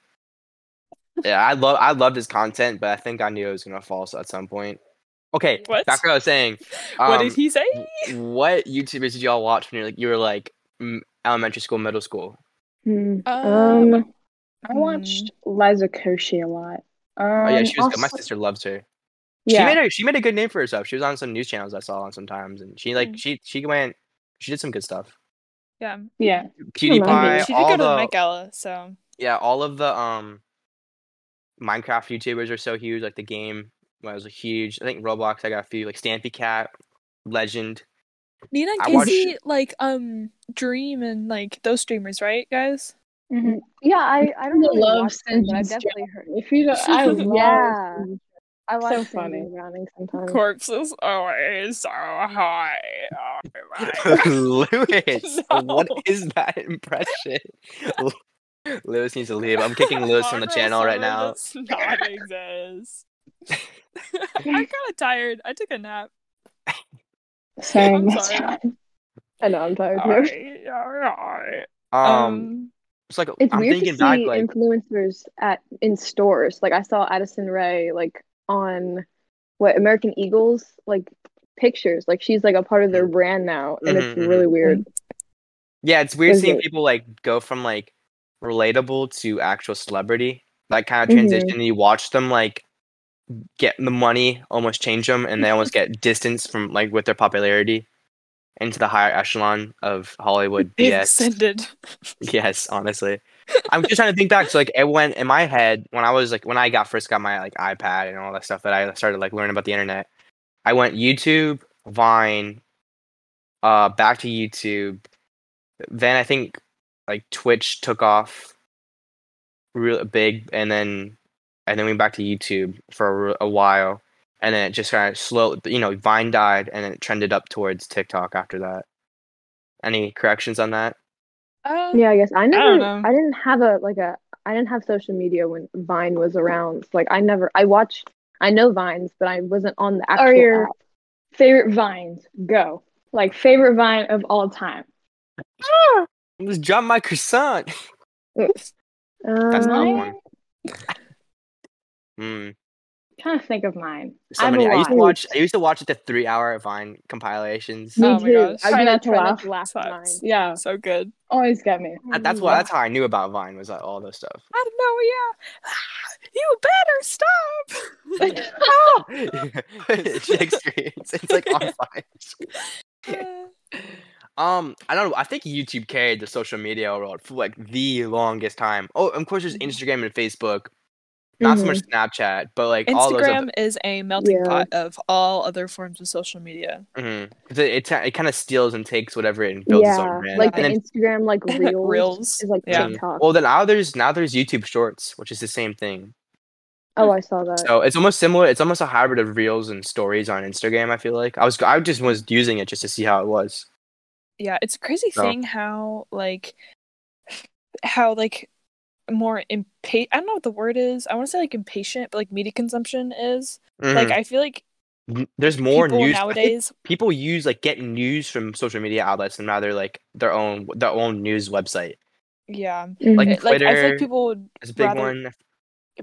S1: Yeah, I love I loved his content, but I think I knew it was gonna fall so at some point. Okay,
S4: What?
S1: back to what I was saying.
S4: what
S1: Um,
S4: did he say?
S1: What YouTubers did y'all watch when you're like you were like m- elementary school, middle school?
S2: Hmm.
S4: Um,
S2: Um, I watched Liza Koshy a lot. Um,
S1: Mm. Oh yeah, she was good. My sister loves her.
S2: yeah.
S1: She made a she made a good name for herself. She was on some news channels I saw on sometimes, and she like
S4: Mm.
S1: she she went she did some good stuff.
S4: yeah.
S2: yeah.
S4: I mean,
S1: PewDiePie,
S4: she did
S1: all
S4: go to
S1: the
S4: the Met Gala, so
S1: yeah, all of the um Minecraft YouTubers are so huge. Like the game was huge. I think Roblox. I got a few like Stampy Cat, Legend.
S4: Nina and
S1: I watched-
S4: Casey, like um, Dream and like those streamers, right, guys?
S2: Mhm.
S3: yeah, I I don't
S2: I
S3: really
S2: love
S3: watch them, but I
S2: Sinjin's
S3: definitely heard.
S2: If you don't, I love
S3: Yeah.
S2: Sinjin.
S3: I
S2: So
S3: watch so
S2: funny.
S3: funny drowning sometimes.
S4: Corpses always so high. Oh,
S1: Lewis, what
S4: No.
S1: is that impression? Lew- Lewis needs to leave. I'm kicking Lewis from the
S4: Monroe
S1: channel right
S4: Summer
S1: now.
S4: does not exist. I'm kind of tired. I took a nap.
S2: Same.
S4: I'm
S2: that's
S4: sorry.
S2: fine.
S3: I know I'm tired. too.
S4: Alright, alright.
S1: Um,
S4: Um,
S1: it's like
S3: It's
S1: I'm
S3: weird
S1: thinking
S3: to see
S1: back, like
S3: influencers at in stores. Like I saw Addison Ray like on what American Eagles like pictures. Like she's like a part of their
S1: Mm-hmm.
S3: brand now, and it's
S1: Mhm, mhm.
S3: really weird.
S1: yeah, it's weird
S3: is
S1: seeing
S3: it-
S1: people like go from like relatable to actual celebrity. That kind of
S3: Mhm.
S1: transition. You watch them like get the money, almost change them, and they almost get distance from like with their popularity into the higher echelon of Hollywood
S4: they've
S1: BS.
S4: ascended.
S1: Yes, honestly. I'm just trying to think back. So like it went in my head when I was like when I got first got my like iPad and all that stuff that I started like learning about the internet. I went YouTube, Vine, uh back to YouTube. Then I think like Twitch took off real big and then and then we went back to YouTube for a, a while, and then it just kind of slow. You know, Vine died, and then it trended up towards TikTok after that. Any corrections on that? Oh.
S4: Uh,
S3: Yeah, I guess I never. I,
S4: don't know.
S3: didn't have a like a. I didn't have social media when Vine was around. So, like I never. I watched. I know Vines, but I wasn't on the actual.
S2: Are your
S3: app.
S2: favorite vines? Go. Like favorite vine of all time.
S1: Just drop my croissant. That's not
S3: Um,
S1: one. Mm.
S2: Kind of think of mine.
S1: So
S2: I'm
S1: many. I used to
S2: alive.
S1: watch. I used to watch the three-hour Vine compilations.
S3: Me
S4: Oh my
S3: too.
S4: gosh.
S3: I
S2: Try
S3: do
S2: not to
S3: try
S2: laugh.
S3: to laugh at
S4: Sucks.
S3: Vine.
S2: Yeah,
S4: so good.
S2: always got me.
S1: That- Uh, That's
S3: Mm.
S1: why. That's how I knew about Vine was like, all this stuff.
S4: I don't know. Yeah, you better stop.
S3: Oh.
S1: it's an experience. It's like on Vine.
S4: Uh,
S1: Um, I don't know. I think YouTube carried the social media world for like the longest time. Oh, of course,
S3: Mm.
S1: there's Instagram and Facebook. Not so much
S3: Mm-hmm.
S1: Snapchat, but like all those.
S4: Instagram
S1: Other,
S4: is a melting
S3: Yeah.
S4: pot of all other forms of social media.
S1: Mhm. 'Cause It it, ta- it kind of steals and takes whatever it- and builds its
S3: Yeah,
S1: own brand.
S3: like the
S1: and then,
S3: Instagram like reels,
S4: Reels.
S3: is like
S4: yeah.
S3: TikTok.
S1: well, then now there's now there's YouTube Shorts, which is the same thing.
S3: oh, I saw that.
S1: So it's almost similar. It's almost a hybrid of Reels and Stories on Instagram. I feel like I was I just was using it just to see how it was.
S4: Yeah, it's a crazy
S1: So-
S4: thing how like how like more impatient. I don't know what the word is. I want to say like impatient, but like media consumption is like
S1: Mhm.
S4: I feel like
S1: N- there's more
S4: people
S1: news I think
S4: nowadays.
S1: people use like get news from social media outlets and rather like their own their own news website.
S4: Yeah,
S1: Like
S4: It- like I feel
S1: Twitter
S4: like people would
S1: is a big
S4: rather-
S1: one.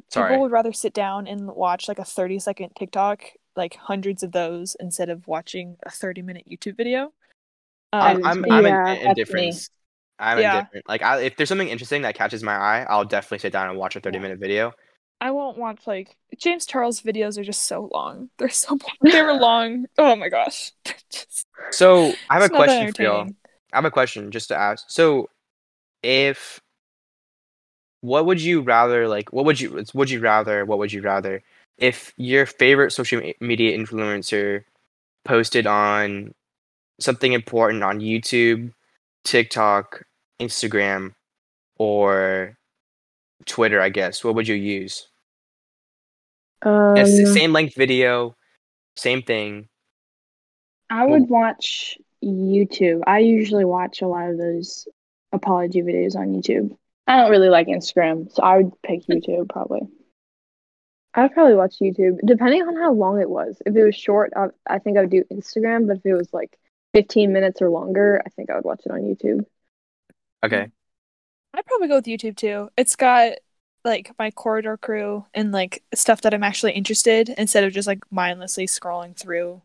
S1: Sorry.
S4: people would rather sit down and watch like a 30 second TikTok, like hundreds of those, instead of watching a 30 minute YouTube video.
S1: I'm
S4: Um,
S1: I'm,
S2: me.
S1: I'm
S2: Yeah,
S1: in,
S2: that's me.
S1: indifferent. I'm
S4: Yeah.
S1: indifferent. Like I, if there's something interesting that catches my eye, I'll definitely sit down and watch a 30
S4: Yeah.
S1: minute video.
S4: I won't watch like James Charles videos are just so long. They're so boring. they were long. Oh my gosh, They're just,
S1: So I have a
S4: it's not that
S1: question for y'all.
S4: entertaining.
S1: I have a question just to ask. So, if what would you rather like? What would you would you rather? What would you rather? If your favorite social me- media influencer posted on something important on YouTube, TikTok, Instagram, or Twitter, I guess, what would you use?
S4: Oh,
S3: Um,
S1: Yes, same length video, same thing.
S2: I would watch YouTube. I usually watch a lot of those apology videos on YouTube. I don't really like Instagram, so I would pick YouTube probably.
S3: I'd probably watch YouTube, depending on how long it was. If it was short, I, I think I would do Instagram, but if it was like 15 minutes or longer, I think I would watch it on YouTube.
S4: Mm,
S1: Okay.
S4: I'd probably go with YouTube too. It's got like my corridor crew and like stuff that I'm actually interested instead of just like mindlessly scrolling through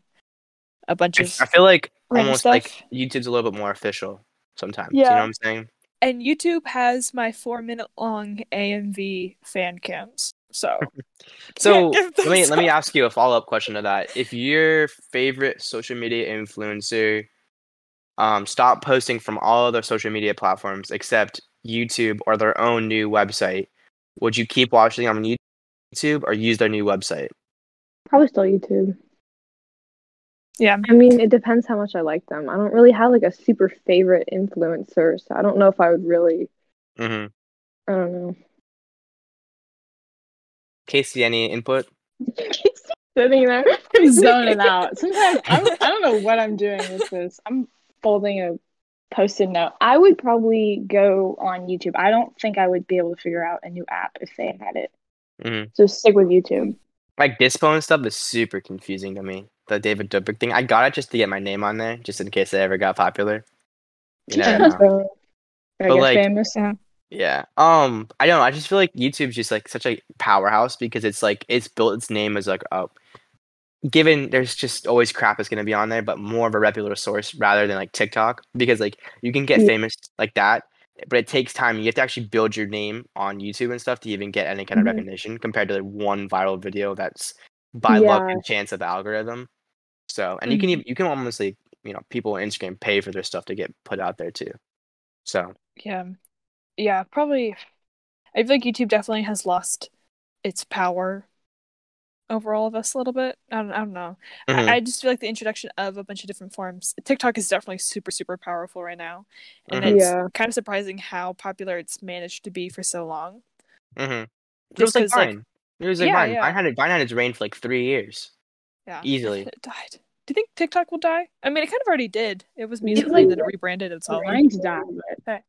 S4: a bunch
S1: I
S4: of
S1: f- I feel like
S4: random
S1: almost
S4: stuff.
S1: like YouTube's a little bit more official sometimes. You know
S4: Yeah.
S1: what I'm saying?
S4: and YouTube has my four minute long AMV fan cams. So
S1: So
S4: give
S1: let me
S4: those
S1: let me ask you a follow up question to that. If your favorite social media influencer um stopped posting from all other social media platforms except YouTube or their own new website, would you keep watching on YouTube or use their new website?
S3: Probably still YouTube.
S4: yeah,
S3: I mean, it depends how much I like them. I don't really have like a super favorite influencer, so I don't know if I would really,
S1: Mm-hmm.
S3: I don't know.
S1: Casey, any input?
S2: Sitting there, I'm zoning out. Sometimes I'm, I don't know what I'm doing with this. I'm folding a post-it note. I would probably go on YouTube. I don't think I would be able to figure out a new app if they had it.
S1: Mhm.
S2: So stick with YouTube.
S1: Like Dispo and stuff is super confusing to me. The David Dobrik thing. I got it just to get my name on there, just in case I ever got popular. You never know.
S2: So, I
S1: But,
S2: get
S1: like,
S2: famous.
S1: Yeah. Um, I don't know. I just feel like YouTube's just like such a powerhouse because it's like it's built its name is like oh given there's just always crap that's gonna be on there, but more of a reputable source rather than like TikTok. Because like you can get
S3: Yeah.
S1: famous like that, but it takes time. You have to actually build your name on YouTube and stuff to even get any kind of
S3: Mhm.
S4: Mm-hmm.
S1: recognition compared to like one viral video that's by luck and chance of the algorithm. So and you
S4: Mm-hmm.
S1: can even you can almost like you know, people on Instagram pay for their stuff to get put out there too. So
S4: yeah, yeah. Probably, I feel like YouTube definitely has lost its power over all of us a little bit. I don't, I don't know.
S1: mhm.
S4: I, I just feel like the introduction of a bunch of different forms. TikTok is definitely super, super powerful right now, and
S1: Mhm.
S4: it's
S3: Yeah.
S4: kind of surprising how popular it's managed to be for so long.
S1: Mm-hmm.
S4: Just
S1: Just like
S4: 'cause, like-
S1: Vine. It was like
S4: Yeah,
S1: mine.
S4: yeah.
S1: Mine had it, mine had its reign for like three years
S4: Yeah.
S1: easily.
S4: It died. Do you think TikTok will die? I mean, it kind of already did. It was
S2: Yeah,
S4: musically,
S2: like-
S4: then it rebranded itself.
S2: Mine's died. but-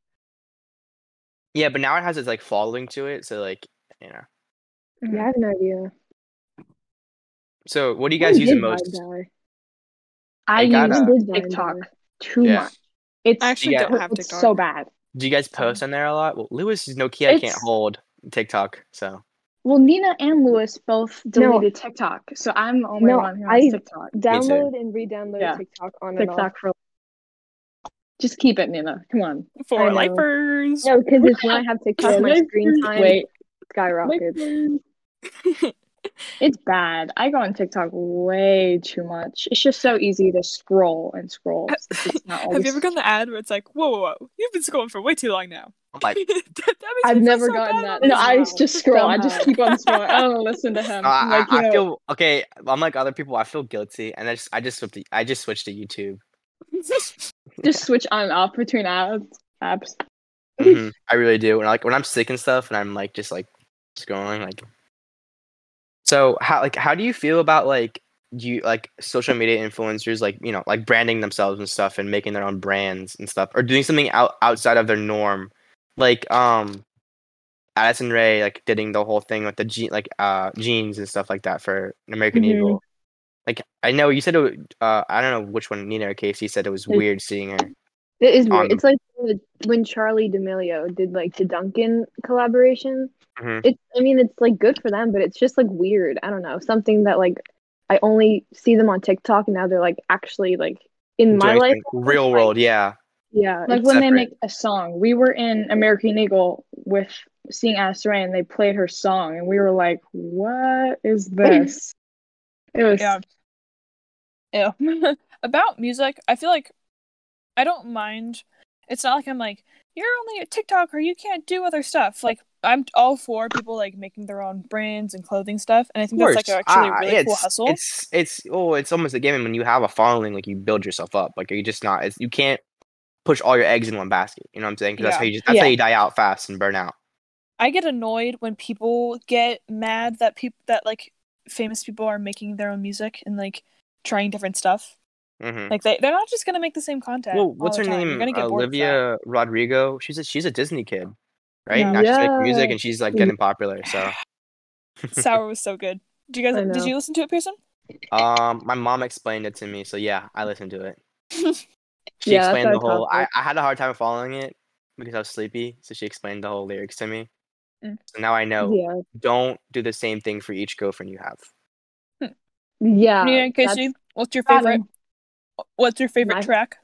S1: Yeah, but now it has its like following to it. So like you know.
S3: Yeah, I have no idea.
S1: So what do you guys use the
S3: When did
S1: most?
S3: Vine die?
S2: I
S1: They got
S2: use
S1: a-
S3: When did Vine
S2: TikTok
S3: die?
S2: too
S1: Yeah.
S2: much. It's
S4: I actually
S1: Yeah.
S4: don't have
S2: it's
S4: TikTok.
S2: so bad.
S1: Do you guys post on there a lot? Well, Lewis is Nokia can't
S2: It's-
S1: hold TikTok, so
S2: Well, Nina and Lewis both
S3: No.
S2: deleted TikTok, so I'm the only
S3: No,
S2: one who has
S3: I-
S2: TikTok.
S3: Download and re-download
S2: Yeah.
S3: TikTok on and off.
S2: TikTok for just keep it, Nina. Come on.
S4: For
S3: I know.
S4: lifers.
S3: No, because it's when I have TikTok, my screen time
S2: Wait,
S3: skyrockets.
S2: it's bad. I go on TikTok way too much. It's just so easy to scroll and scroll. It's just not
S4: Have you
S2: always-
S4: ever gotten the ad where it's like, whoa, whoa, whoa, you've been scrolling for way too long now?
S1: I'm like
S4: That- that makes me
S3: I've
S4: feel
S3: never
S4: so
S3: gotten
S4: bad
S3: that.
S4: about
S2: No, I
S4: myself.
S2: just scroll. I just
S3: Somehow.
S2: keep on scrolling. I don't listen to him.
S1: No, I,
S2: like,
S1: I-
S2: you
S1: I
S2: know,
S1: feel okay. I'm like other people. I feel guilty, and I just I just flipped the, I just switched to YouTube.
S2: just switch on and off between ads. Apps.
S3: Mm-hmm.
S1: Mhm, I really do. And like when I'm sick and stuff, and I'm like just like scrolling like. So how like how do you feel about like you like social media influencers like you know like branding themselves and stuff and making their own brands and stuff or doing something out outside of their norm, like um, Addison Ray like did the whole thing with the je- like uh jeans and stuff like that for American
S3: Mm-hmm.
S2: Mhm.
S1: Eagle. Like I know you said it. w- Uh, I don't know which one Nina or Casey said it was
S2: Like-
S1: weird seeing her.
S3: It is weird.
S1: on-
S3: It's like when the- when Charlie D'Amelio did like the Duncan collaboration.
S1: Mhm.
S3: It's I mean it's like good for them, but it's just like weird. I don't know something that like I only see them on TikTok and now they're like actually like in my
S1: doing
S3: life.
S1: something real world, yeah.
S3: Yeah,
S2: Like
S3: it's-
S2: when they
S1: separate.
S2: make a song. We were in American Eagle with seeing Aster Ray and they played her song and we were like, What is this? It was
S4: Yeah. Ew. About music, I feel like I don't mind. It's not like I'm like, you're only a TikTok or you can't do other stuff. Like, I'm all for people like making their own brands and clothing stuff. And I think that's like actually a
S1: Ah,
S4: really cool
S1: it's-
S4: hustle.
S1: It's it's oh, it's almost a game when you have a following, like you build yourself up. Like you just not it's, you can't push all your eggs in one basket. You know what I'm saying? Because that's how
S4: Yeah.
S1: you just, that's how
S2: Yeah.
S1: you die out fast and burn out.
S4: I get annoyed when people get mad that people that like famous people are making their own music and like trying different stuff.
S1: hmm
S4: Like they they're not just gonna make the same content.
S1: Well,
S4: all
S1: what's her
S4: the time. You're
S1: name? Uh,
S4: gonna get bored of that.
S1: Olivia Rodrigo. She's a she's a Disney kid, right?
S4: Yeah.
S1: Now she's making music
S3: Yeah.
S1: and she's like
S3: Yeah.
S1: getting popular. So
S4: Sour was so good. Do you
S3: I
S4: guys did
S3: know.
S4: you listen to it, Pearson?
S1: um, my mom explained it to me. So yeah, I listened to it. She
S3: Yeah, that's
S1: explained the
S3: our
S1: whole. I,
S3: topic.
S1: I had a hard time following it because I was sleepy. So she explained the whole lyrics to me.
S4: Mm.
S1: So now I know.
S3: yeah,
S1: don't do the same thing for each girlfriend you have.
S3: yeah.
S4: yeah, Casey,
S3: Uh, that's-
S4: what's your favorite? What's your favorite
S3: My-
S4: track?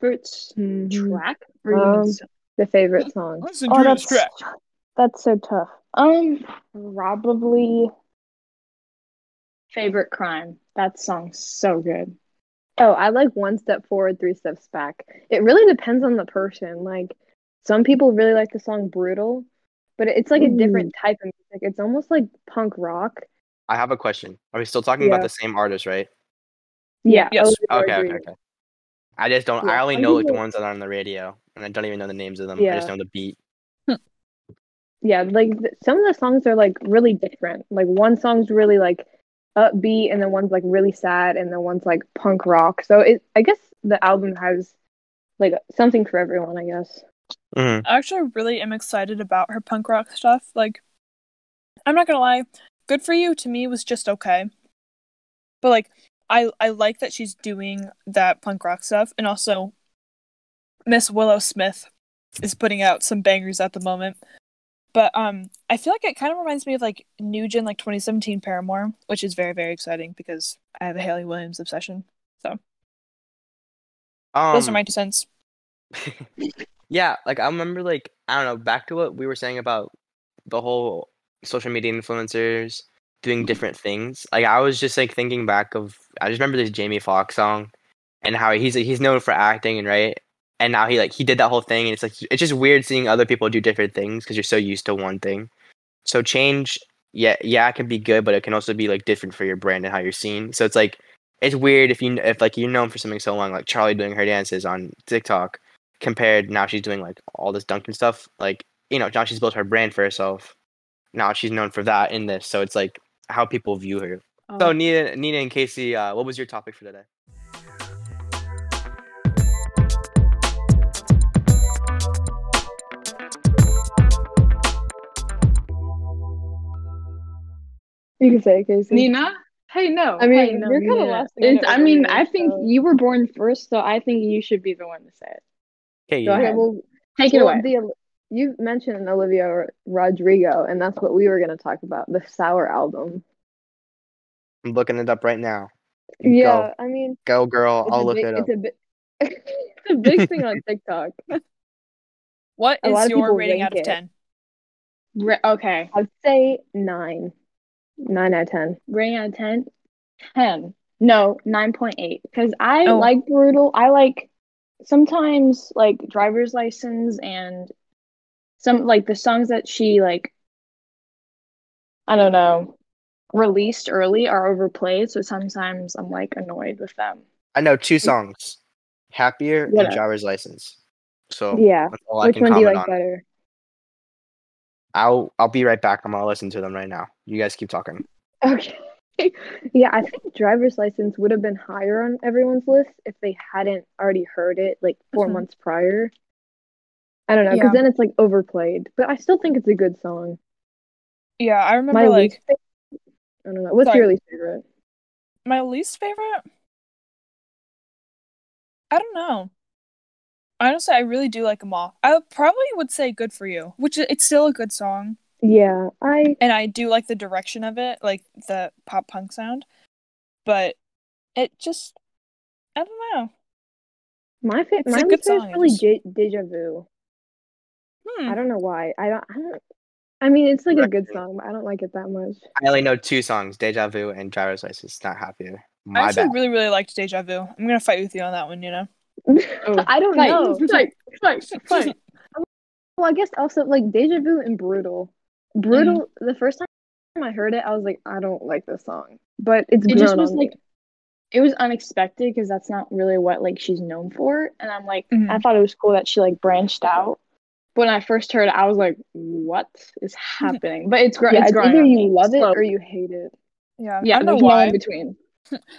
S2: Fruits
S3: Mhm.
S2: track.
S3: Um, the favorite song.
S4: Listen
S2: Oh, that's that's so tough. Um, probably favorite crime. That song's so good.
S3: Oh, I like one step forward, three steps back. It really depends on the person. Like some people really like the song Brutal, but it's like a different type of music. It's almost like punk rock.
S1: I have a question. Are we still talking about
S3: Yeah.
S1: the same artist, right?
S3: Yeah.
S4: Yes.
S3: Olivia
S1: Okay, okay,
S3: Rodrigo.
S1: okay. I just don't. I
S3: Yeah.
S1: only
S3: Some
S1: know like the
S3: people-
S1: ones that are on the radio, and I don't even know the names of them. I just
S3: Yeah.
S1: know the beat.
S3: Yeah, like th- some of the songs are like really different. Like one song's really like upbeat and then one's like really sad and then one's like punk rock. So it I guess the album has like something for everyone, I guess.
S1: Mm-hmm.
S4: I actually really am excited about her punk rock stuff. Like, I'm not gonna lie, "Good for You" to me was just okay, but like, I I like that she's doing that punk rock stuff, and also Miss Willow Smith is putting out some bangers at the moment. But um, I feel like it kind of reminds me of like New Gen, like 2017 Paramore, which is very very exciting because I have a Haley Williams obsession.
S1: Um,
S4: Those are my two cents.
S1: yeah, like I remember, like I don't know, back to what we were saying about the whole social media influencers doing different things. Like I was just like thinking back of, I just remember this Jamie Foxx song, and how he's he's known for acting and right, and now he like he did that whole thing, and it's like it's just weird seeing other people do different things because you're so used to one thing. So change, yeah, yeah, it can be good, but it can also be like different for your brand and how you're seen. So it's like it's weird if you if like you're known for something so long, like Charlie doing her dances on TikTok, compared now she's doing like all this Duncan stuff. Like you know, now she's built her brand for herself, now she's known for that in this. So it's like how people view her.
S3: Oh.
S1: So Nina, Nina and Casey, uh, what was your topic for today?
S3: You can say it, Casey.
S2: Nina? Hey, no.
S3: I mean,
S2: Hey, no,
S3: you're kinda
S2: Nina.
S3: last thing I
S2: It's,
S3: know
S2: I mean,
S3: about
S2: I
S3: you,
S2: think
S3: so-
S2: you were born first, so I think you should be the one to say it.
S1: Katie,
S2: Go
S3: Okay,
S2: ahead.
S3: well,
S2: Take it
S3: well,
S2: away.
S3: the- you mentioned Olivia Ro- Rodrigo, and that's what we were going to talk about, the Sour album.
S1: I'm looking it up right now. You
S3: Yeah, I mean,
S1: Go, go, girl.
S3: it's
S1: I'll
S3: a
S1: look
S3: big,
S1: it up.
S3: it's a big, it's a big thing on TikTok.
S4: What
S3: A lot
S4: is
S3: of
S4: your
S3: people
S4: rating
S3: rank
S4: out of
S3: it.
S4: ten?
S2: Re- okay.
S3: I'd say nine, nine out of ten.
S2: Rating out of 10? 10. No, 9.8. Because I
S4: Oh.
S2: like brutal. I like sometimes like driver's license and some like the songs that she like, I don't know, released early are overplayed. So sometimes I'm like annoyed with them.
S1: I know two songs, "Happier"
S2: What
S1: and
S2: else?
S1: "Driver's License." So
S3: Yeah.
S1: that's all Oh, I
S3: Which
S1: can
S3: one do you
S1: comment
S3: like
S1: on.
S3: better?
S1: I'll I'll be right back. I'm gonna listen to them right now. You guys keep talking.
S3: Okay. Yeah, I think driver's license would have been higher on everyone's list if they hadn't already heard it like 4
S4: Mhm.
S3: months prior. I don't know, because
S4: Yeah.
S3: then it's like overplayed. But I still think it's a good song.
S4: Yeah, I remember
S3: My
S4: like
S3: least favorite, I don't know. What's
S4: Sorry.
S3: your least favorite?
S4: my least favorite. I don't know. Honestly, I really do like them all. I probably would say "Good for You," which i- it's still a good song,
S3: Yeah, I
S4: and I do like the direction of it, like the pop punk sound. But it just, I don't know.
S3: my fa-
S4: It's a
S3: my
S4: good
S3: least favorite
S4: song,
S3: is
S4: I
S3: probably
S4: just-
S3: J- Deja Vu.
S4: Hmm.
S3: I don't know why. I don't. I don't. I mean, it's like a good
S1: Direction.
S3: song, but I don't like it that much.
S1: I only know two songs: "Deja Vu" and "Driver's License." Not "Happier."
S4: I
S1: My
S4: actually
S1: bad.
S4: really, really liked Deja Vu. I'm gonna fight with you on that one, you know.
S2: Oh.
S3: I don't
S2: Fight,
S3: know.
S2: fight, fight, fight.
S3: Well, I guess also like Deja Vu and Brutal. Brutal,
S2: Mm-hmm.
S3: the first time I heard it, I was like, I don't like this song. But it's
S2: it
S3: grown
S2: just was
S3: on me.
S2: like it was unexpected because that's not really what like she's known for and i'm like
S4: Mhm.
S2: i thought it was cool that she like branched out but when i first heard it i was like what is happening but it's, gr-
S3: yeah,
S2: it's
S3: it's
S2: growing
S3: either
S2: on
S3: you
S2: me.
S3: love it
S2: Slow.
S3: or you hate it.
S4: Yeah, I
S2: yeah
S4: don't know
S2: there's no
S4: why.
S2: in between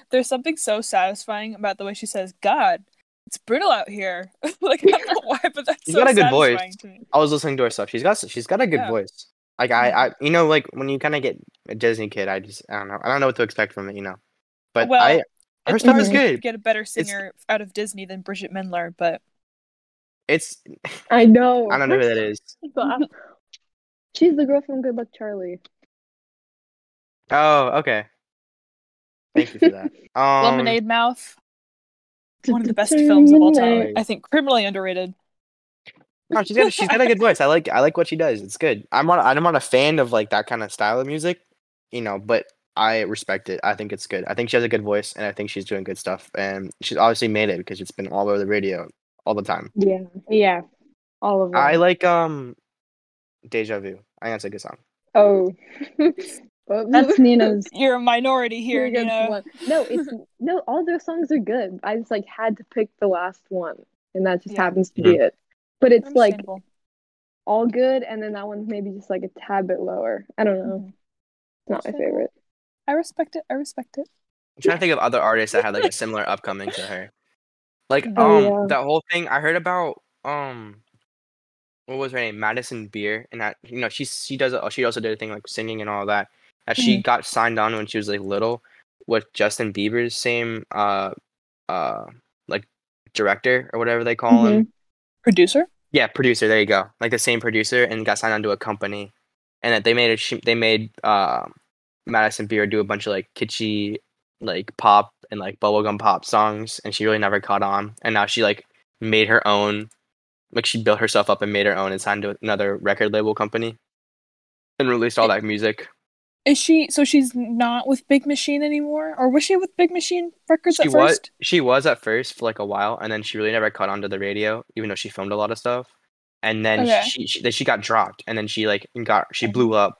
S4: There's something so satisfying about the way she says, "God, it's brutal out here." like I don't know why, but that's
S1: She's
S4: so
S1: got a good voice.
S4: satisfying to me.
S1: I was listening to her stuff. She's got she's got a good
S4: Yeah. Mm-hmm.
S1: voice. Like I, I you know like when you kind of get a Disney kid, I just I don't know. I don't know what to expect from it, you know. But
S4: Well,
S1: I her
S4: It's
S1: stuff
S4: hard
S1: is
S4: to
S1: good.
S4: Get a better singer out of Disney than Bridget Mendler, but
S1: It's
S3: I know.
S1: I don't know who that is.
S3: She's the girl from Good Luck Charlie.
S1: Oh, okay. Thank you for that. Um,
S4: Lemonade Mouth, one of the best films of all time.
S1: Lemonade.
S4: I think criminally underrated.
S1: No, she's got she's got a good voice. I like I like what she does. It's good. I'm not I'm not a fan of like that kind of style of music, you know, but I respect it. I think it's good. I think she has a good voice, and I think she's doing good stuff. And she's obviously made it because it's been all over the radio all the time.
S3: Yeah.
S2: yeah all of them
S1: I like um, Deja Vu. I think that's a good song.
S3: Oh.
S2: that's nina's
S4: You're a minority here,
S3: Here goes
S4: Nina.
S3: one. No, it's no. All their songs are good. I just like had to pick the last one, and that just
S4: Yeah.
S3: happens to be it. But it's like
S4: Understandable.
S3: all good, and then that one's maybe just like a tad bit lower. I don't know.
S4: Mhm.
S3: It's not my favorite.
S4: I respect it. I respect it.
S1: I'm trying to think of other artists that had like a similar upcoming to her. Like um
S3: Oh, yeah.
S1: that whole thing I heard about um what was her name? Madison Beer and that you know she she does she also did a thing like singing and all that. That
S3: Mm.
S1: she got signed on when she was like little with Justin Bieber's same uh uh like director or whatever they call him.
S4: Producer.
S1: Yeah, producer. There you go. Like the same producer, and got signed onto a company, and that they made a sh- they made uh, Madison Beer do a bunch of like kitschy, like pop and like bubblegum pop songs, and she really never caught on. And now she like made her own, like she built herself up and made her own, and signed to another record label company, and released all that music.
S4: Is she? So she's not with Big Machine anymore, or was she with Big Machine Records
S1: She
S4: at
S1: was
S4: first?
S1: she was at first for like a while, and then she really never caught on to the radio, even though she filmed a lot of stuff. And then
S4: Okay.
S1: she, she then she got dropped, and then she like got she blew up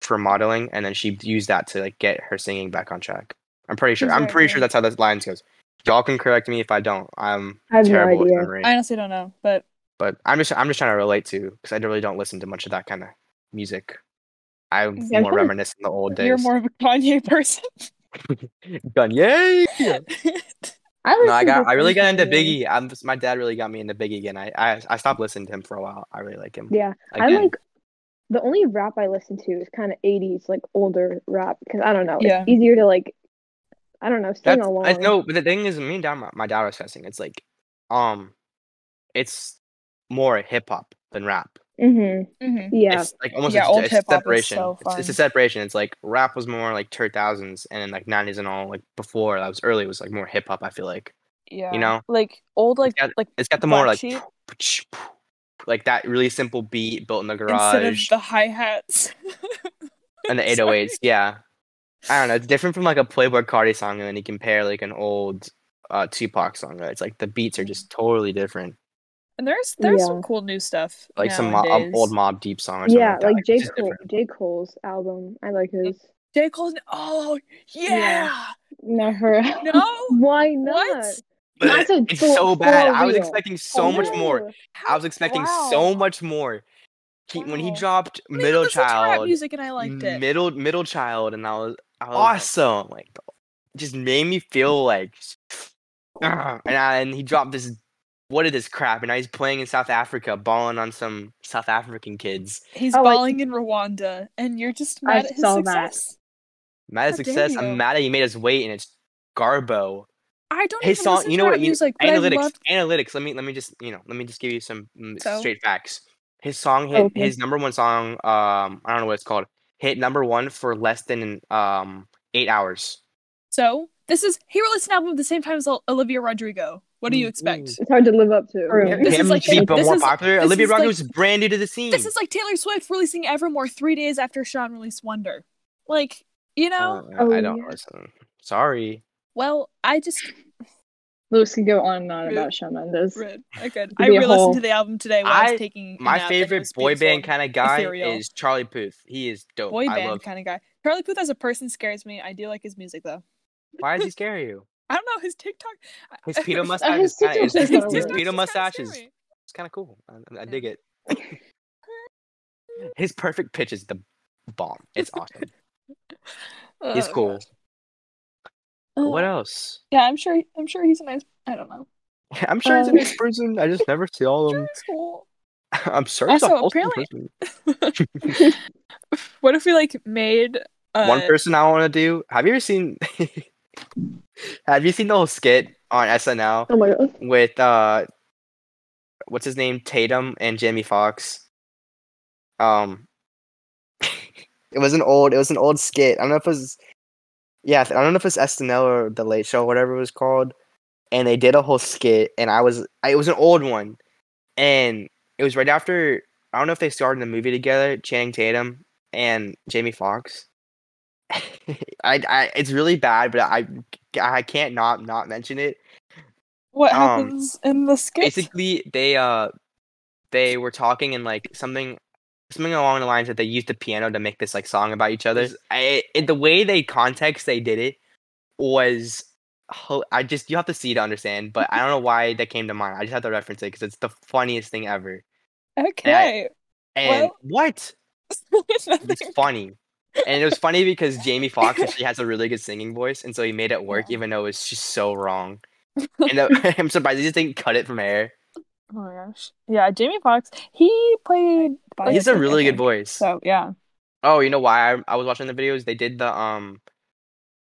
S1: for modeling, and then she used that to like get her singing back on track. I'm pretty sure. I'm pretty sure
S4: Exactly.
S1: that's how this lines goes. Y'all can correct me if I don't. I'm
S3: I have no
S1: terrible with
S3: idea.
S1: memory,
S4: I honestly don't know, but
S1: but I'm just I'm just trying to relate to because I really don't listen to much of that kind of music. I'm
S4: Yeah,
S1: more
S3: sure.
S1: reminiscent of the old days.
S4: You're more of a Kanye person.
S1: Kanye. No,
S2: I
S1: I
S2: listen
S1: got.
S2: to
S1: I really got
S2: things
S1: into
S2: that-
S1: Biggie. I'm just- my dad really got me into Biggie again. I I, I stopped listening to him for a while. I really like him.
S2: Yeah,
S1: Again.
S2: I like the only rap I listen to is kind of 80s, like older rap, because I don't know,
S4: Yeah.
S2: it's easier to like, I don't know, sing
S1: That's,
S2: along.
S1: I know, but the thing is, me and dad, my, my dad was testing. It's like, um, it's more hip hop than rap.
S2: hmm
S4: Mm-hmm.
S2: Yeah,
S1: It's like almost
S4: Yeah,
S1: a,
S4: old
S1: it's a
S4: hip-hop is
S1: separation.
S4: so
S1: it's, it's a
S4: fun.
S1: separation. It's like rap was more like 2000s and then like 90s and all like before that was early was like more hip hop. I feel like
S4: Yeah.
S1: know?
S4: like old, like
S1: got-
S4: like
S1: it's got the
S4: Black
S1: more like
S4: Sheep
S1: like that really simple beat built in the
S4: instead of
S1: garage
S4: the hi hats.
S1: and the
S4: sorry.
S1: 808s. Yeah, I don't know. It's different from like a Playboy Cardi song and then you compare like an old uh Tupac song. It's like the beats are just totally different.
S4: And there's there's
S2: Yeah.
S4: some cool new stuff.
S1: like some mo- um,
S4: nowadays.
S1: old Mob Deep song or something.
S2: yeah,
S1: like, that.
S2: like
S1: Like,
S2: J.
S1: it's just
S2: Cole,
S1: different.
S2: J. Cole's album, I like his.
S4: J Cole's. Oh yeah.
S2: Yeah. Never.
S4: No.
S2: Why not?
S4: What?
S1: But
S2: That's a
S1: it's
S2: for-
S1: so bad.
S2: for
S1: I was
S2: real.
S1: expecting so much more.
S2: No.
S1: I was expecting
S4: Wow.
S1: so much more. He, When he
S4: Wow.
S1: dropped
S4: I don't even
S1: Middle
S4: listen to rap
S1: Child,
S4: music and I liked it.
S1: middle middle child, and I was
S5: I was
S1: awesome. Like, just made me feel like, ah, and I, and he dropped this. What is this crap? And now he's playing in South Africa, balling on some South African kids.
S4: He's
S2: Oh, I-
S4: balling in Rwanda, and you're just
S2: I
S4: mad at his
S2: saw that.
S4: success.
S1: Mad at
S4: How dare
S1: success.
S4: you.
S1: I'm mad at he made us wait, and it's Garbo.
S4: I Oh, don't
S1: His
S4: even
S1: song-
S4: listen
S1: you
S4: to
S1: know what,
S4: rap
S1: you-
S4: music, but I
S1: analytics
S4: loved.
S1: analytics let me let me just you know let me just give you some mm,
S4: So?
S1: straight facts his song hit
S2: Okay.
S1: his number one song um i don't know what it's called hit number one for less than um eight hours
S4: So this is he released an album at the same time as Ol- Olivia Rodrigo. What do you
S1: Mm,
S4: expect?
S2: It's hard to live up to.
S4: True.
S2: Yeah.
S4: This is
S1: him
S4: like
S1: to be
S4: Taylor-
S1: bu-
S4: this
S1: more
S4: is-
S1: popular
S4: this
S1: olivia
S4: is like-
S1: Rodrigo is brand new to the scene
S4: This is like Taylor Swift releasing Evermore three days after Sean released Wonder. Like you
S1: I
S4: know,
S1: don't-
S2: Oh,
S1: Uh, i don't
S2: yeah.
S1: listen sorry
S4: well, I just
S2: Lewis could go on and on
S4: Yeah.
S2: about Shawn Mendes.
S4: read. I could.
S2: Could
S4: I
S2: be a
S4: re-listened
S2: whole-
S4: to the album today while I,
S1: I-
S4: was taking a
S1: my
S4: nap, and it
S1: favorite
S4: was
S1: boy band
S4: beautiful.
S1: kind of guy
S4: ethereal.
S1: is charlie puth he is dope
S4: boy
S1: i
S4: band
S1: love
S4: kind of guy. Charlie Puth as a person scares me. I do like his music though.
S1: why does he scare you
S4: I don't know his TikTok.
S1: his pedo
S2: Uh,
S1: mustache
S2: his
S1: is kind of his,
S2: TikTok is not
S1: his
S2: worth it.
S1: pedo mustache
S4: mustaches.
S1: is it's kind of cool i, I dig
S4: Yeah.
S1: it his perfect pitch is the bomb. It's awesome. He's cool. What else?
S4: Yeah, I'm sure. I'm sure he's a nice. I don't know.
S1: I'm sure he's a
S2: Um,
S1: nice person. I just never see all of
S4: Sure,
S1: them.
S4: he's cool.
S1: I'm sure he's a
S4: Also,
S1: wholesome
S4: apparently-
S1: person.
S4: What if we like made uh,
S1: One person I want to do. Have you ever seen? have you seen the whole skit on SNL
S2: Oh my god.
S1: with uh, what's his name, Tatum and Jamie Foxx? Um, it was an old. It was an old skit. I don't know if it was. Yeah, I don't know if it's SNL or the Late Show, whatever it was called. And they did a whole skit, and I was. I, it was an old one, and it was right after. I don't know if they starred in the movie together, Channing Tatum and Jamie Foxx. I, I, it's really bad, but I, I can't not not mention it.
S4: what
S1: um,
S4: happens in the skit?
S1: Basically, they uh, they were talking and like something, something along the lines that they used the piano to make this like song about each other. I, it, the way they context they did it was, ho- I just you have to see to understand. But I don't know why that came to mind. I just have to reference it because it's the funniest thing ever.
S4: okay.
S1: And
S4: Well-
S1: what?
S4: Nothing.
S1: It's funny. And it was funny because Jamie Foxx actually has a really good singing voice, and so he made it work, even though it's just so wrong. And the, I'm surprised he just didn't cut it from air.
S4: oh my gosh. Yeah, Jamie Foxx. He played.
S1: He has a
S4: Bioshock, I
S1: really Oh, good
S4: think.
S1: voice.
S4: So yeah.
S1: Oh, you know why I, I was watching the videos? They did the um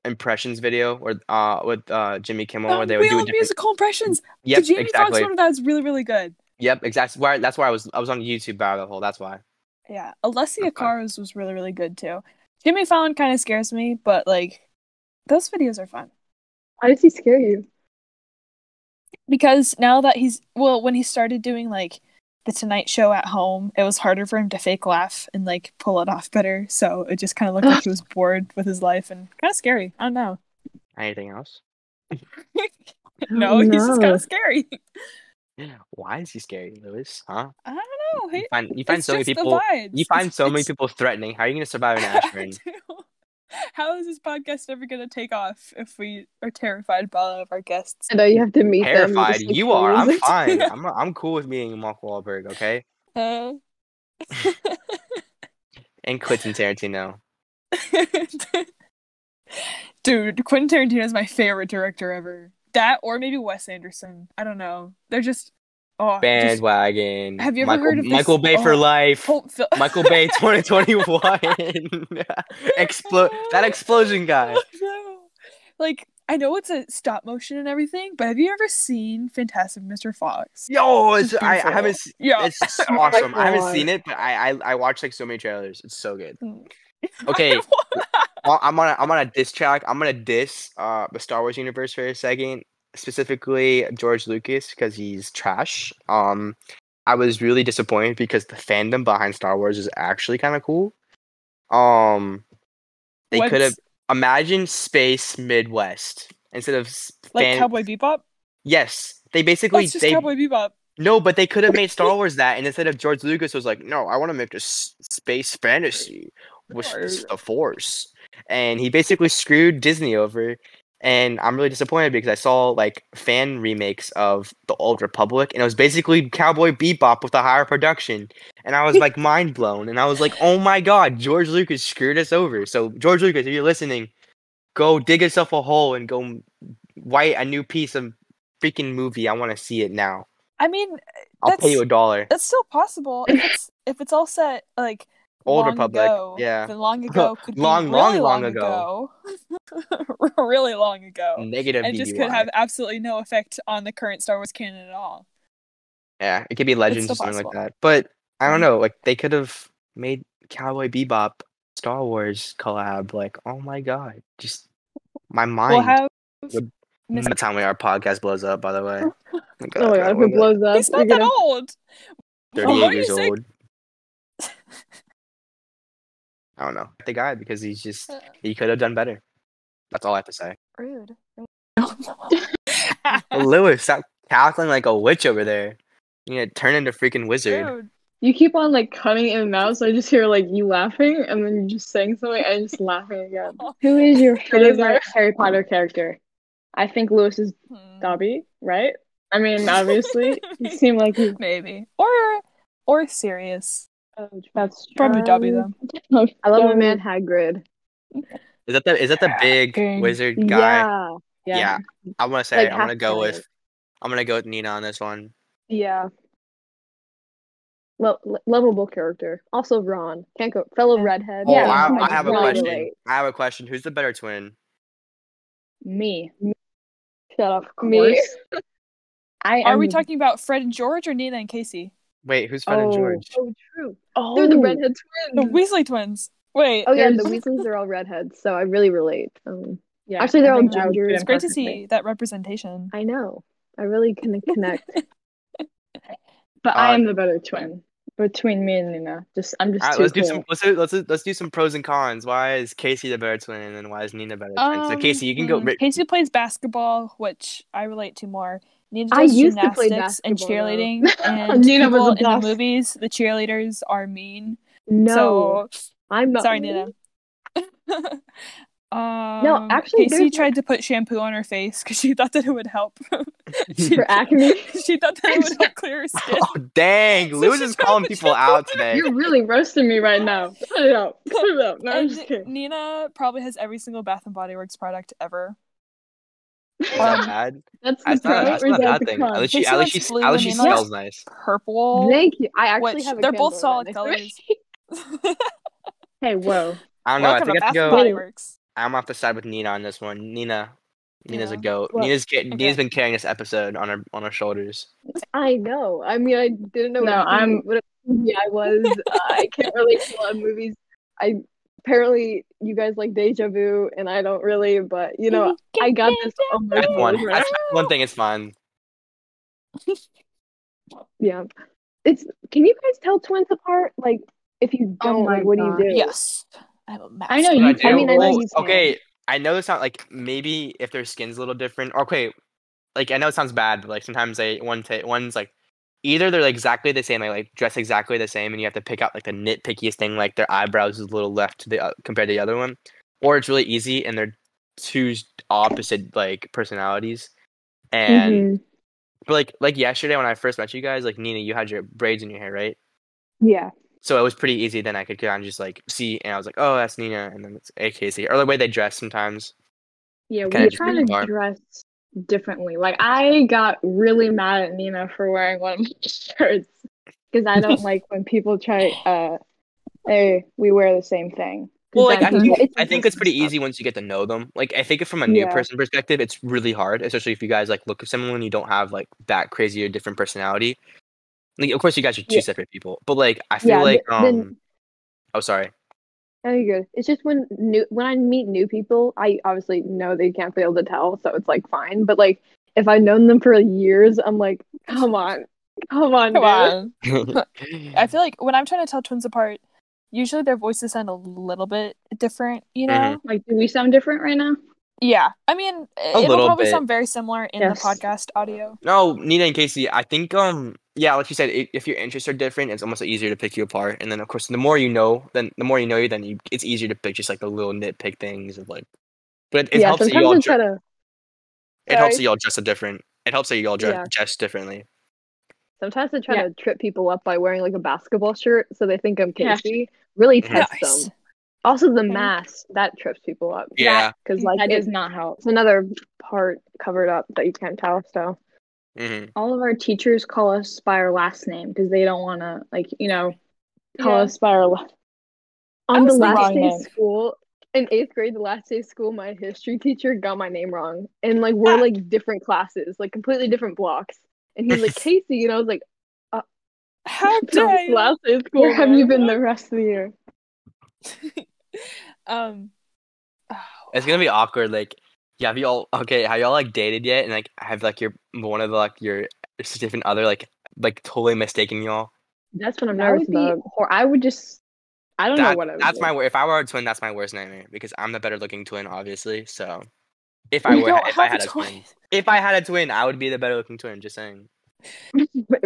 S1: impressions video or uh with uh Jimmy Kimmel where
S4: Um,
S1: they would do
S4: real
S1: a different.
S4: musical impressions.
S1: Yep,
S4: the Jamie
S1: exactly.
S4: Foxx one of that was really really good.
S1: Yep, exactly. Why that's why I was I was on YouTube about the whole. That's why.
S4: Yeah, Alessia
S1: Okay.
S4: Caro's was really really good too. Jimmy Fallon kind of scares me, but like those videos are fun
S2: Why does he scare you?
S4: because now that he's well, when he started doing like the Tonight Show at home, it was harder for him to fake laugh and like pull it off better. So it just kind of looked like he was bored with his life and kind of scary. I don't know.
S1: Anything else?
S4: Oh, no, he's just kind
S2: no.
S4: of scary.
S1: Why is he scary, Lewis? Huh?
S4: I don't know.
S1: You
S4: He,
S1: find you find so
S4: Oh, it's
S1: many
S4: just the
S1: people.
S4: vibes.
S1: You find
S4: It's-
S1: so many
S4: it's-
S1: people threatening. How are you gonna survive an
S4: I
S1: Ashburn?
S4: do. How is this podcast ever going to take off if we are terrified by all of our guests?
S2: I know you have to meet them.
S1: Terrified.
S2: just, like,
S1: You are. I'm
S2: freeze.
S1: fine. I'm I'm cool with being Mark Wahlberg. Okay.
S4: Uh,
S1: and Quentin Tarantino.
S4: Dude, Quentin Tarantino is my favorite director ever. That or maybe Wes Anderson. I don't know. They're just oh just
S1: Bandwagon.
S4: Have you ever
S1: Michael,
S4: heard of this-
S1: Michael Bay for
S4: oh,
S1: life?
S4: Pulp Fi-
S1: Michael Bay 2021. Explo- that explosion guy.
S4: No. Like I know it's a stop motion and everything, but have you ever seen Fantastic Mr. Fox?
S1: Yo, it's,
S4: It's
S1: I, I
S4: beautiful.
S1: haven't. s-
S4: Yeah. Oh
S1: It's awesome. I haven't
S3: God.
S1: seen it, but I, I I watched like so many trailers. It's so good.
S4: Mm.
S1: Okay, I- I'm on a, I'm on a diss track. I'm gonna diss uh the Star Wars universe for a second, specifically George Lucas because he's trash. Um, I was really disappointed because the fandom behind Star Wars is actually kind of cool. Um, they
S4: What's-
S1: could have imagined space Midwest instead of s-
S4: like
S1: fan-
S4: Cowboy Bebop.
S1: Yes, they basically
S4: That's just
S1: they
S4: Cowboy Bebop.
S1: no, but they could have made Star Wars that, and instead of George Lucas was like, no, I want to make this space fantasy with s- the Force, and he basically screwed Disney over. And I'm really disappointed because I saw like fan remakes of the Old Republic, and it was basically Cowboy Bebop with a higher production, and I was like mind blown, and I was like, oh my god, George Lucas screwed us over. So George Lucas, if you're listening, go dig yourself a hole and go m- write a new piece of freaking movie. I want to see it now.
S4: I mean,
S1: I'll pay
S4: That's-
S1: you a dollar.
S4: that's still possible if it's if it's all set like
S1: Old
S4: long
S1: Republic,
S4: ago,
S1: yeah.
S4: then long ago could be
S1: Long, long,
S4: really
S1: long
S4: long ago, really long ago,
S1: Negative
S4: and just
S1: DUI.
S4: could have absolutely no effect on the current Star Wars canon at all.
S1: yeah, it could be legends
S4: still
S1: or something like
S4: possible.
S1: that. But I
S4: Mhm.
S1: don't know. Like they could have made Cowboy Bebop Star Wars collab. Like oh my god, just my mind.
S4: We'll have
S1: would-
S4: Miss-
S1: That's how our podcast blows up. By the way, oh my
S3: Oh my god, if
S1: we're
S3: it blows up,
S4: he's
S3: we're
S4: not that
S3: gonna-
S4: old.
S1: Thirty-eight
S4: What are you
S1: years
S4: saying?
S1: old. I don't know the guy because he's just
S4: Uh.
S1: he could have done better. That's all I have to say.
S4: Rude.
S1: Lewis, stop cackling like a witch over there. You know, turn into freaking wizard.
S4: Rude.
S3: You keep on like cutting in and out, so I just hear like you laughing and then you just saying something and just laughing again.
S4: Who
S3: is your
S2: favorite
S3: Harry Potter character?
S2: I think Lewis is
S4: Hmm.
S2: Dobby,
S3: Right? I mean, obviously, you seem like you.
S4: Maybe or or serious.
S2: Oh, That's
S4: Probably Dobby
S2: true.
S4: though.
S3: I love my
S2: Dobby.
S3: man Hagrid.
S1: Is that the is that the big
S2: Dang.
S1: wizard guy?
S3: Yeah,
S1: Yeah. I want to say
S3: Like,
S1: I'm gonna
S3: half
S1: go with
S3: giant.
S1: I'm gonna go with Nina on this one.
S3: yeah. Lo- lo- lovable character. Also, Ron can't go fellow redhead.
S1: Oh,
S2: Yeah,
S1: I,
S2: I
S1: I have a
S2: really
S1: question.
S3: relate.
S1: I have a question. Who's the better twin?
S2: Me.
S3: Shut up,
S2: Me. I
S4: Are
S2: am
S4: we
S2: the-
S4: talking about Fred and George or Nina and Casey?
S1: Wait, who's Fred and
S2: Oh.
S1: George?
S3: Oh, true.
S2: Oh,
S3: They're the redhead
S4: The
S3: twins.
S4: Weasley twins. Wait,
S3: Mm-hmm. Oh yeah, the
S2: There's-
S3: Weasleys are all redheads, so I really relate. Um,
S2: Yeah,
S3: Actually,
S2: I
S3: they're all
S2: think that
S3: gingers.
S2: would fit in
S3: It's
S4: it's great to
S2: perfectly.
S4: see that representation.
S3: I know. I really can connect.
S2: But I
S1: Uh,
S2: am the better twin between me and Nina. Just I'm just
S1: All right,
S2: too
S1: let's do
S2: cool.
S1: some let's do, let's do- let's do some pros and cons. Why is Casey the better twin, and then why is Nina better twin? So
S2: Um,
S1: Casey, you can go.
S4: Mm,
S1: ri-
S4: Casey plays basketball, which I relate to more. Nina
S3: I
S4: does
S3: used to
S4: gymnastics
S3: play
S4: and
S3: basketball, though.
S4: cheerleading. And
S2: Nina was
S4: people
S2: the
S4: in the
S2: best.
S4: movies, the cheerleaders are mean.
S3: No, I'm
S4: So
S3: not.
S4: sorry, Nina. um,
S3: actually,
S4: Casey
S3: there's-
S4: tried to put shampoo on her face because she thought that it would help.
S3: For acne,
S4: she thought that it would help clear her skin.
S1: oh dang,
S4: So
S1: Lewis
S4: she's
S1: is calling
S4: trying to
S1: people
S4: jump
S1: out
S4: over.
S1: today.
S2: You're really roasting me right now. Cut it out. Cut it out. No, I'm
S4: And
S2: just kidding.
S4: Nina probably has every single Bath and Body Works product ever.
S1: Is
S4: um,
S1: that bad?
S2: That's the
S1: That's not,
S2: pro
S1: that's
S2: or is
S1: not a
S2: that
S1: bad
S2: the
S1: thing. At
S2: con?
S1: least she,
S4: Casey
S1: at
S4: least
S1: least she,
S4: blue
S1: at least she
S4: and Nina.
S1: smells nice.
S4: Purple.
S3: thank you. I actually
S4: Which-
S3: have. A
S4: they're both
S3: candle
S4: solid
S3: right
S4: colors.
S2: Hey, whoa.
S1: I don't know. I
S4: Welcome
S1: think I have to
S4: to Bath and
S1: go.
S4: Body Works.
S1: I'm off the side with Nina on this one. Nina, Nina's a
S4: Yeah.
S1: goat.
S3: Well,
S1: Nina's ca-
S4: okay.
S1: Nina's been carrying this episode on her on her shoulders.
S3: I know. I mean, I didn't know.
S2: No,
S3: what a-
S2: I'm-
S3: What a movie I was. I can't relate to a lot of movies. I apparently you guys like Deja Vu, and I don't really. But you know, I got this.
S1: That's
S3: emotional
S1: one.
S3: right
S1: That's one thing. It's fun.
S3: Yeah. It's can you guys tell twins apart? Like if you
S2: Oh
S3: don't,
S2: my
S3: like, what do you
S2: God.
S3: do?
S4: Yes. I'm a master.
S2: I know
S1: But
S2: you-
S1: I,
S2: I
S1: do-
S2: mean, I know
S1: well,
S2: you can.
S1: okay. I know this sounds like maybe if their skin's a little different. Okay, like I know it sounds bad, but like sometimes they one ta one's like either they're exactly the same, they like dress exactly the same, and you have to pick out like the nitpickiest thing, like their eyebrows is a little left to the uh, compared to the other one, or it's really easy and they're two s- opposite like personalities, and.
S2: Mm-hmm.
S3: Mhm.
S1: But like like yesterday when I first met you guys, like Nina, you had your braids in your hair, right?
S3: Yeah.
S1: So it was pretty easy. Then I could kind of just like see, and I was like, oh, that's Nina, and then it's AKC, or the way they dress sometimes.
S2: Yeah,
S1: Kinda
S2: we
S1: just
S2: try
S1: being
S2: to
S1: dark.
S2: dress differently. Like I got really mad at Nina for wearing one of my shirts because I don't like when people try. uh Hey, we wear the same thing. 'Cause
S1: Well, like I
S2: then
S1: think,
S2: people-
S1: I think it's pretty easy once you get to know them. Like I think from a new
S2: Yeah.
S1: person perspective, it's really hard, especially if you guys like look at someone and you don't have like that crazy or different personality. Like, of course, you guys are two
S2: Yeah.
S1: separate people, but like I feel
S3: Yeah,
S1: like
S3: but
S1: um,
S3: then-
S1: oh sorry,
S3: Oh, you're good. It's just when new when I meet new people, I obviously know they can't fail to tell, so it's like fine. But like if I've known them for years, I'm like, come on, come on,
S4: Come
S3: dude.
S4: on. I
S1: I
S4: feel like when I'm trying to tell twins apart, usually their voices sound a little bit different, you know?
S1: Mhm.
S2: Like, do we sound different right now?
S4: Yeah. I mean, it'll
S1: little
S4: probably
S1: bit.
S4: sound very similar in
S2: Yes.
S4: the podcast audio.
S1: no Nina and Casey. I think um yeah, like you said, i if your interests are different, it's almost easier to pick you apart. And then of course, the more you know, then the more you know you, then you, it's easier to pick just like the little nitpick things of like. But it, it
S2: Yeah,
S1: helps that you
S2: sometimes
S1: all
S2: it's
S1: dr-
S2: at a
S1: it helps
S2: sorry.
S1: that you all dress a different. It helps that you all dress,
S3: Yeah.
S1: dress differently.
S3: Sometimes I try
S2: Yeah.
S3: to trip people up by wearing like a basketball shirt, so they think I'm
S2: Yeah.
S3: Casey. Really test
S4: Nice.
S3: them. Also, the
S2: Okay.
S3: mask that trips people up.
S1: Yeah.
S3: because like
S2: that
S3: it-
S2: does not help.
S3: it's another part covered up that you can't tell. So
S1: hmm
S2: All of our teachers call us by our last name because they don't want to, like, you know, call
S4: Yeah.
S2: us by our last.
S3: on the
S4: was thinking-
S3: last day of
S2: Wrong name.
S3: school in eighth grade the last day of school my history teacher got my name wrong and like
S2: Ah.
S3: we're like different classes like completely different blocks and he's like casey and i was like
S4: How
S3: "That was
S4: dare
S3: the
S4: you?
S3: last day of school
S2: Where have you
S3: man."
S2: been the rest of the year?
S4: um oh,
S1: It's gonna be awkward. Like, yeah, have you all okay? Have y'all like dated yet? And like, have like your one of the like your significant other like like totally mistaken y'all?
S3: that's what i'm
S2: I
S3: nervous
S2: would be,
S3: about
S2: or I would just, I don't know
S1: That-
S2: what I would
S1: that's
S2: do.
S1: my wor- if I were a twin, that's my worst nightmare because I'm the better looking twin, obviously. So if I
S4: you
S1: were
S4: don't
S1: if I
S4: have
S1: had
S4: a
S1: a twin,
S4: twin.
S1: if I had a twin, I would be the better looking twin. Just saying,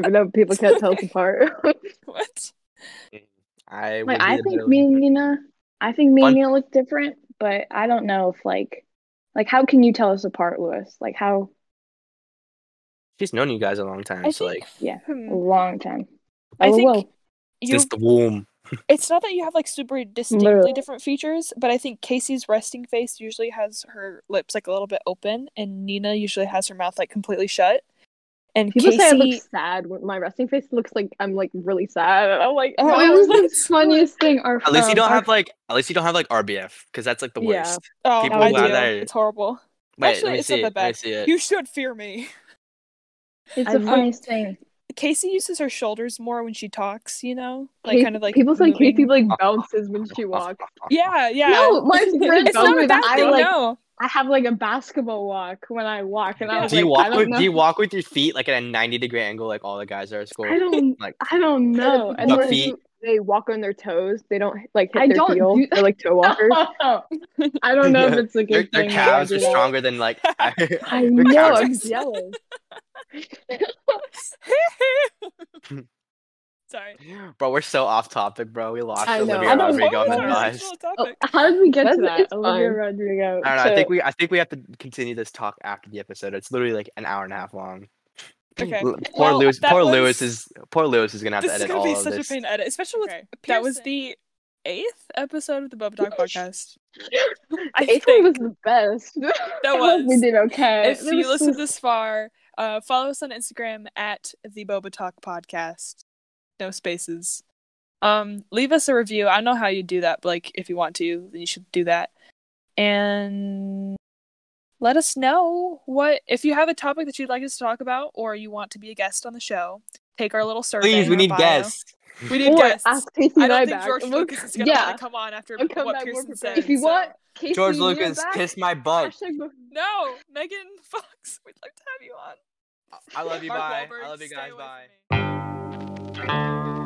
S3: no people can't tell us apart
S4: What?
S1: I would
S2: Like
S1: be
S2: I
S1: the
S2: think
S1: better
S2: me and
S1: looking twin.
S2: Nina, I think me
S1: Fun-
S2: and Nina look different, but I don't know if like, like how can you tell us apart, Lewis? Like how
S1: She's known you guys a long time,
S4: I
S1: so
S4: think-
S1: like
S2: yeah. Oh.
S4: Hmm.
S2: a long time. Oh,
S4: I think
S2: LOL.
S4: you
S1: since the womb.
S4: it's not that you have like super distinctly
S2: Literally.
S4: different features, but I think Casey's resting face usually has her lips like a little bit open, and Nina usually has her mouth like completely shut. And
S3: people
S4: Casey,
S3: say i look sad when my resting face looks like i'm like really sad and i'm like
S4: Oh,
S3: no,
S2: it was the
S4: that's-
S2: funniest thing. Our
S1: At least you
S2: um,
S1: don't
S2: our-
S1: have like at least you don't have like RBF because that's like the
S3: Yeah.
S1: worst.
S4: oh,
S1: people
S4: I
S2: who are
S4: do.
S1: there-
S4: It's horrible.
S1: Wait,
S4: Actually,
S1: let me
S4: it's not
S1: see.
S4: that
S1: Let me
S4: bad.
S1: see it.
S4: You should fear me.
S2: It's
S3: I
S2: the
S3: love-
S2: funniest thing.
S4: Casey uses her shoulders more when she talks. You know, like
S3: Casey-
S4: kind of like
S3: people say
S4: moving.
S3: casey like bounces when she walks
S4: Yeah, yeah.
S2: No, my friend
S4: it's not
S2: told
S4: a
S2: me
S4: bad
S2: that
S4: thing.
S2: I like
S4: no,
S2: I have like a basketball walk when I walk, and I was
S1: do you
S2: like,
S1: walk
S2: I don't
S1: with
S2: know.
S1: do you walk with your feet like at a 90 degree angle like all the guys are at school
S2: I don't.
S1: Like-
S2: I don't know.
S3: and
S1: The
S3: where
S1: we're- feet.
S3: they walk on their toes they don't like hit
S2: I
S3: their
S2: don't
S3: heel
S2: do
S3: they're like toe walkers
S2: I don't know if it's a
S1: their,
S2: good
S1: their
S2: thing. that I
S1: calves
S2: do
S1: are
S2: that.
S1: stronger than like
S2: I
S1: their
S2: know,
S1: calves are-
S2: I'm
S3: jealous.
S4: sorry.
S1: bro we're so off topic bro we lost
S3: I know.
S1: Olivia
S2: I don't-
S1: Rodrigo on
S4: What
S1: the
S4: was our
S1: bus
S4: actual
S2: Oh,
S4: topic?
S2: how did we get
S3: That's-
S2: to that?
S3: it's
S2: Olivia
S3: fine.
S2: Rodrigo.
S1: I don't know I
S2: So-
S1: think we I think we have to continue this talk after the episode it's literally like an hour and a half long
S4: Okay.
S1: L- poor
S4: Well,
S1: Lewis
S4: that
S1: poor
S4: was-
S1: Lewis is poor Lewis is gonna have
S4: this
S1: to
S4: is
S1: edit
S4: gonna
S1: all
S4: be
S1: of
S4: such
S1: this
S4: a pain to edit, especially with
S5: Okay.
S4: that was the eighth episode of the Boba Dog podcast. I
S3: Eighth grade was the best.
S4: That
S2: I hope we
S4: was.
S2: did okay.
S4: If
S2: There
S4: you
S2: was
S4: listen
S2: some-
S4: this far, uh, follow us on Instagram at the Boba Talk podcast. No spaces. Um, leave us a review. I don't know how you do that, but like if you want to, then you should do that. And let us know what if you have a topic that you'd like us to talk about, or you want to be a guest on the show. Take our little survey.
S1: please
S4: in
S1: we
S4: our
S1: need
S4: bio.
S1: guests
S4: We need
S3: or
S4: guests.
S3: ask Casey and
S4: I
S3: I
S4: don't think
S3: back.
S4: George
S3: Look,
S4: Lucas is gonna
S2: yeah.
S4: wanna come on after
S3: I'll come
S4: what
S3: back more
S4: Pearson
S3: prepared.
S4: said.
S3: If you
S4: so-
S3: want Casey
S1: George
S3: and I
S1: Lucas
S3: back,
S1: kiss my butt
S3: hashtag before-
S4: no, Megan Fox, we'd love to have you on.
S1: I love you
S4: Mark
S1: bye
S4: Wahlberg,
S1: I love you
S4: stay
S1: guys
S4: away from
S1: bye
S4: me.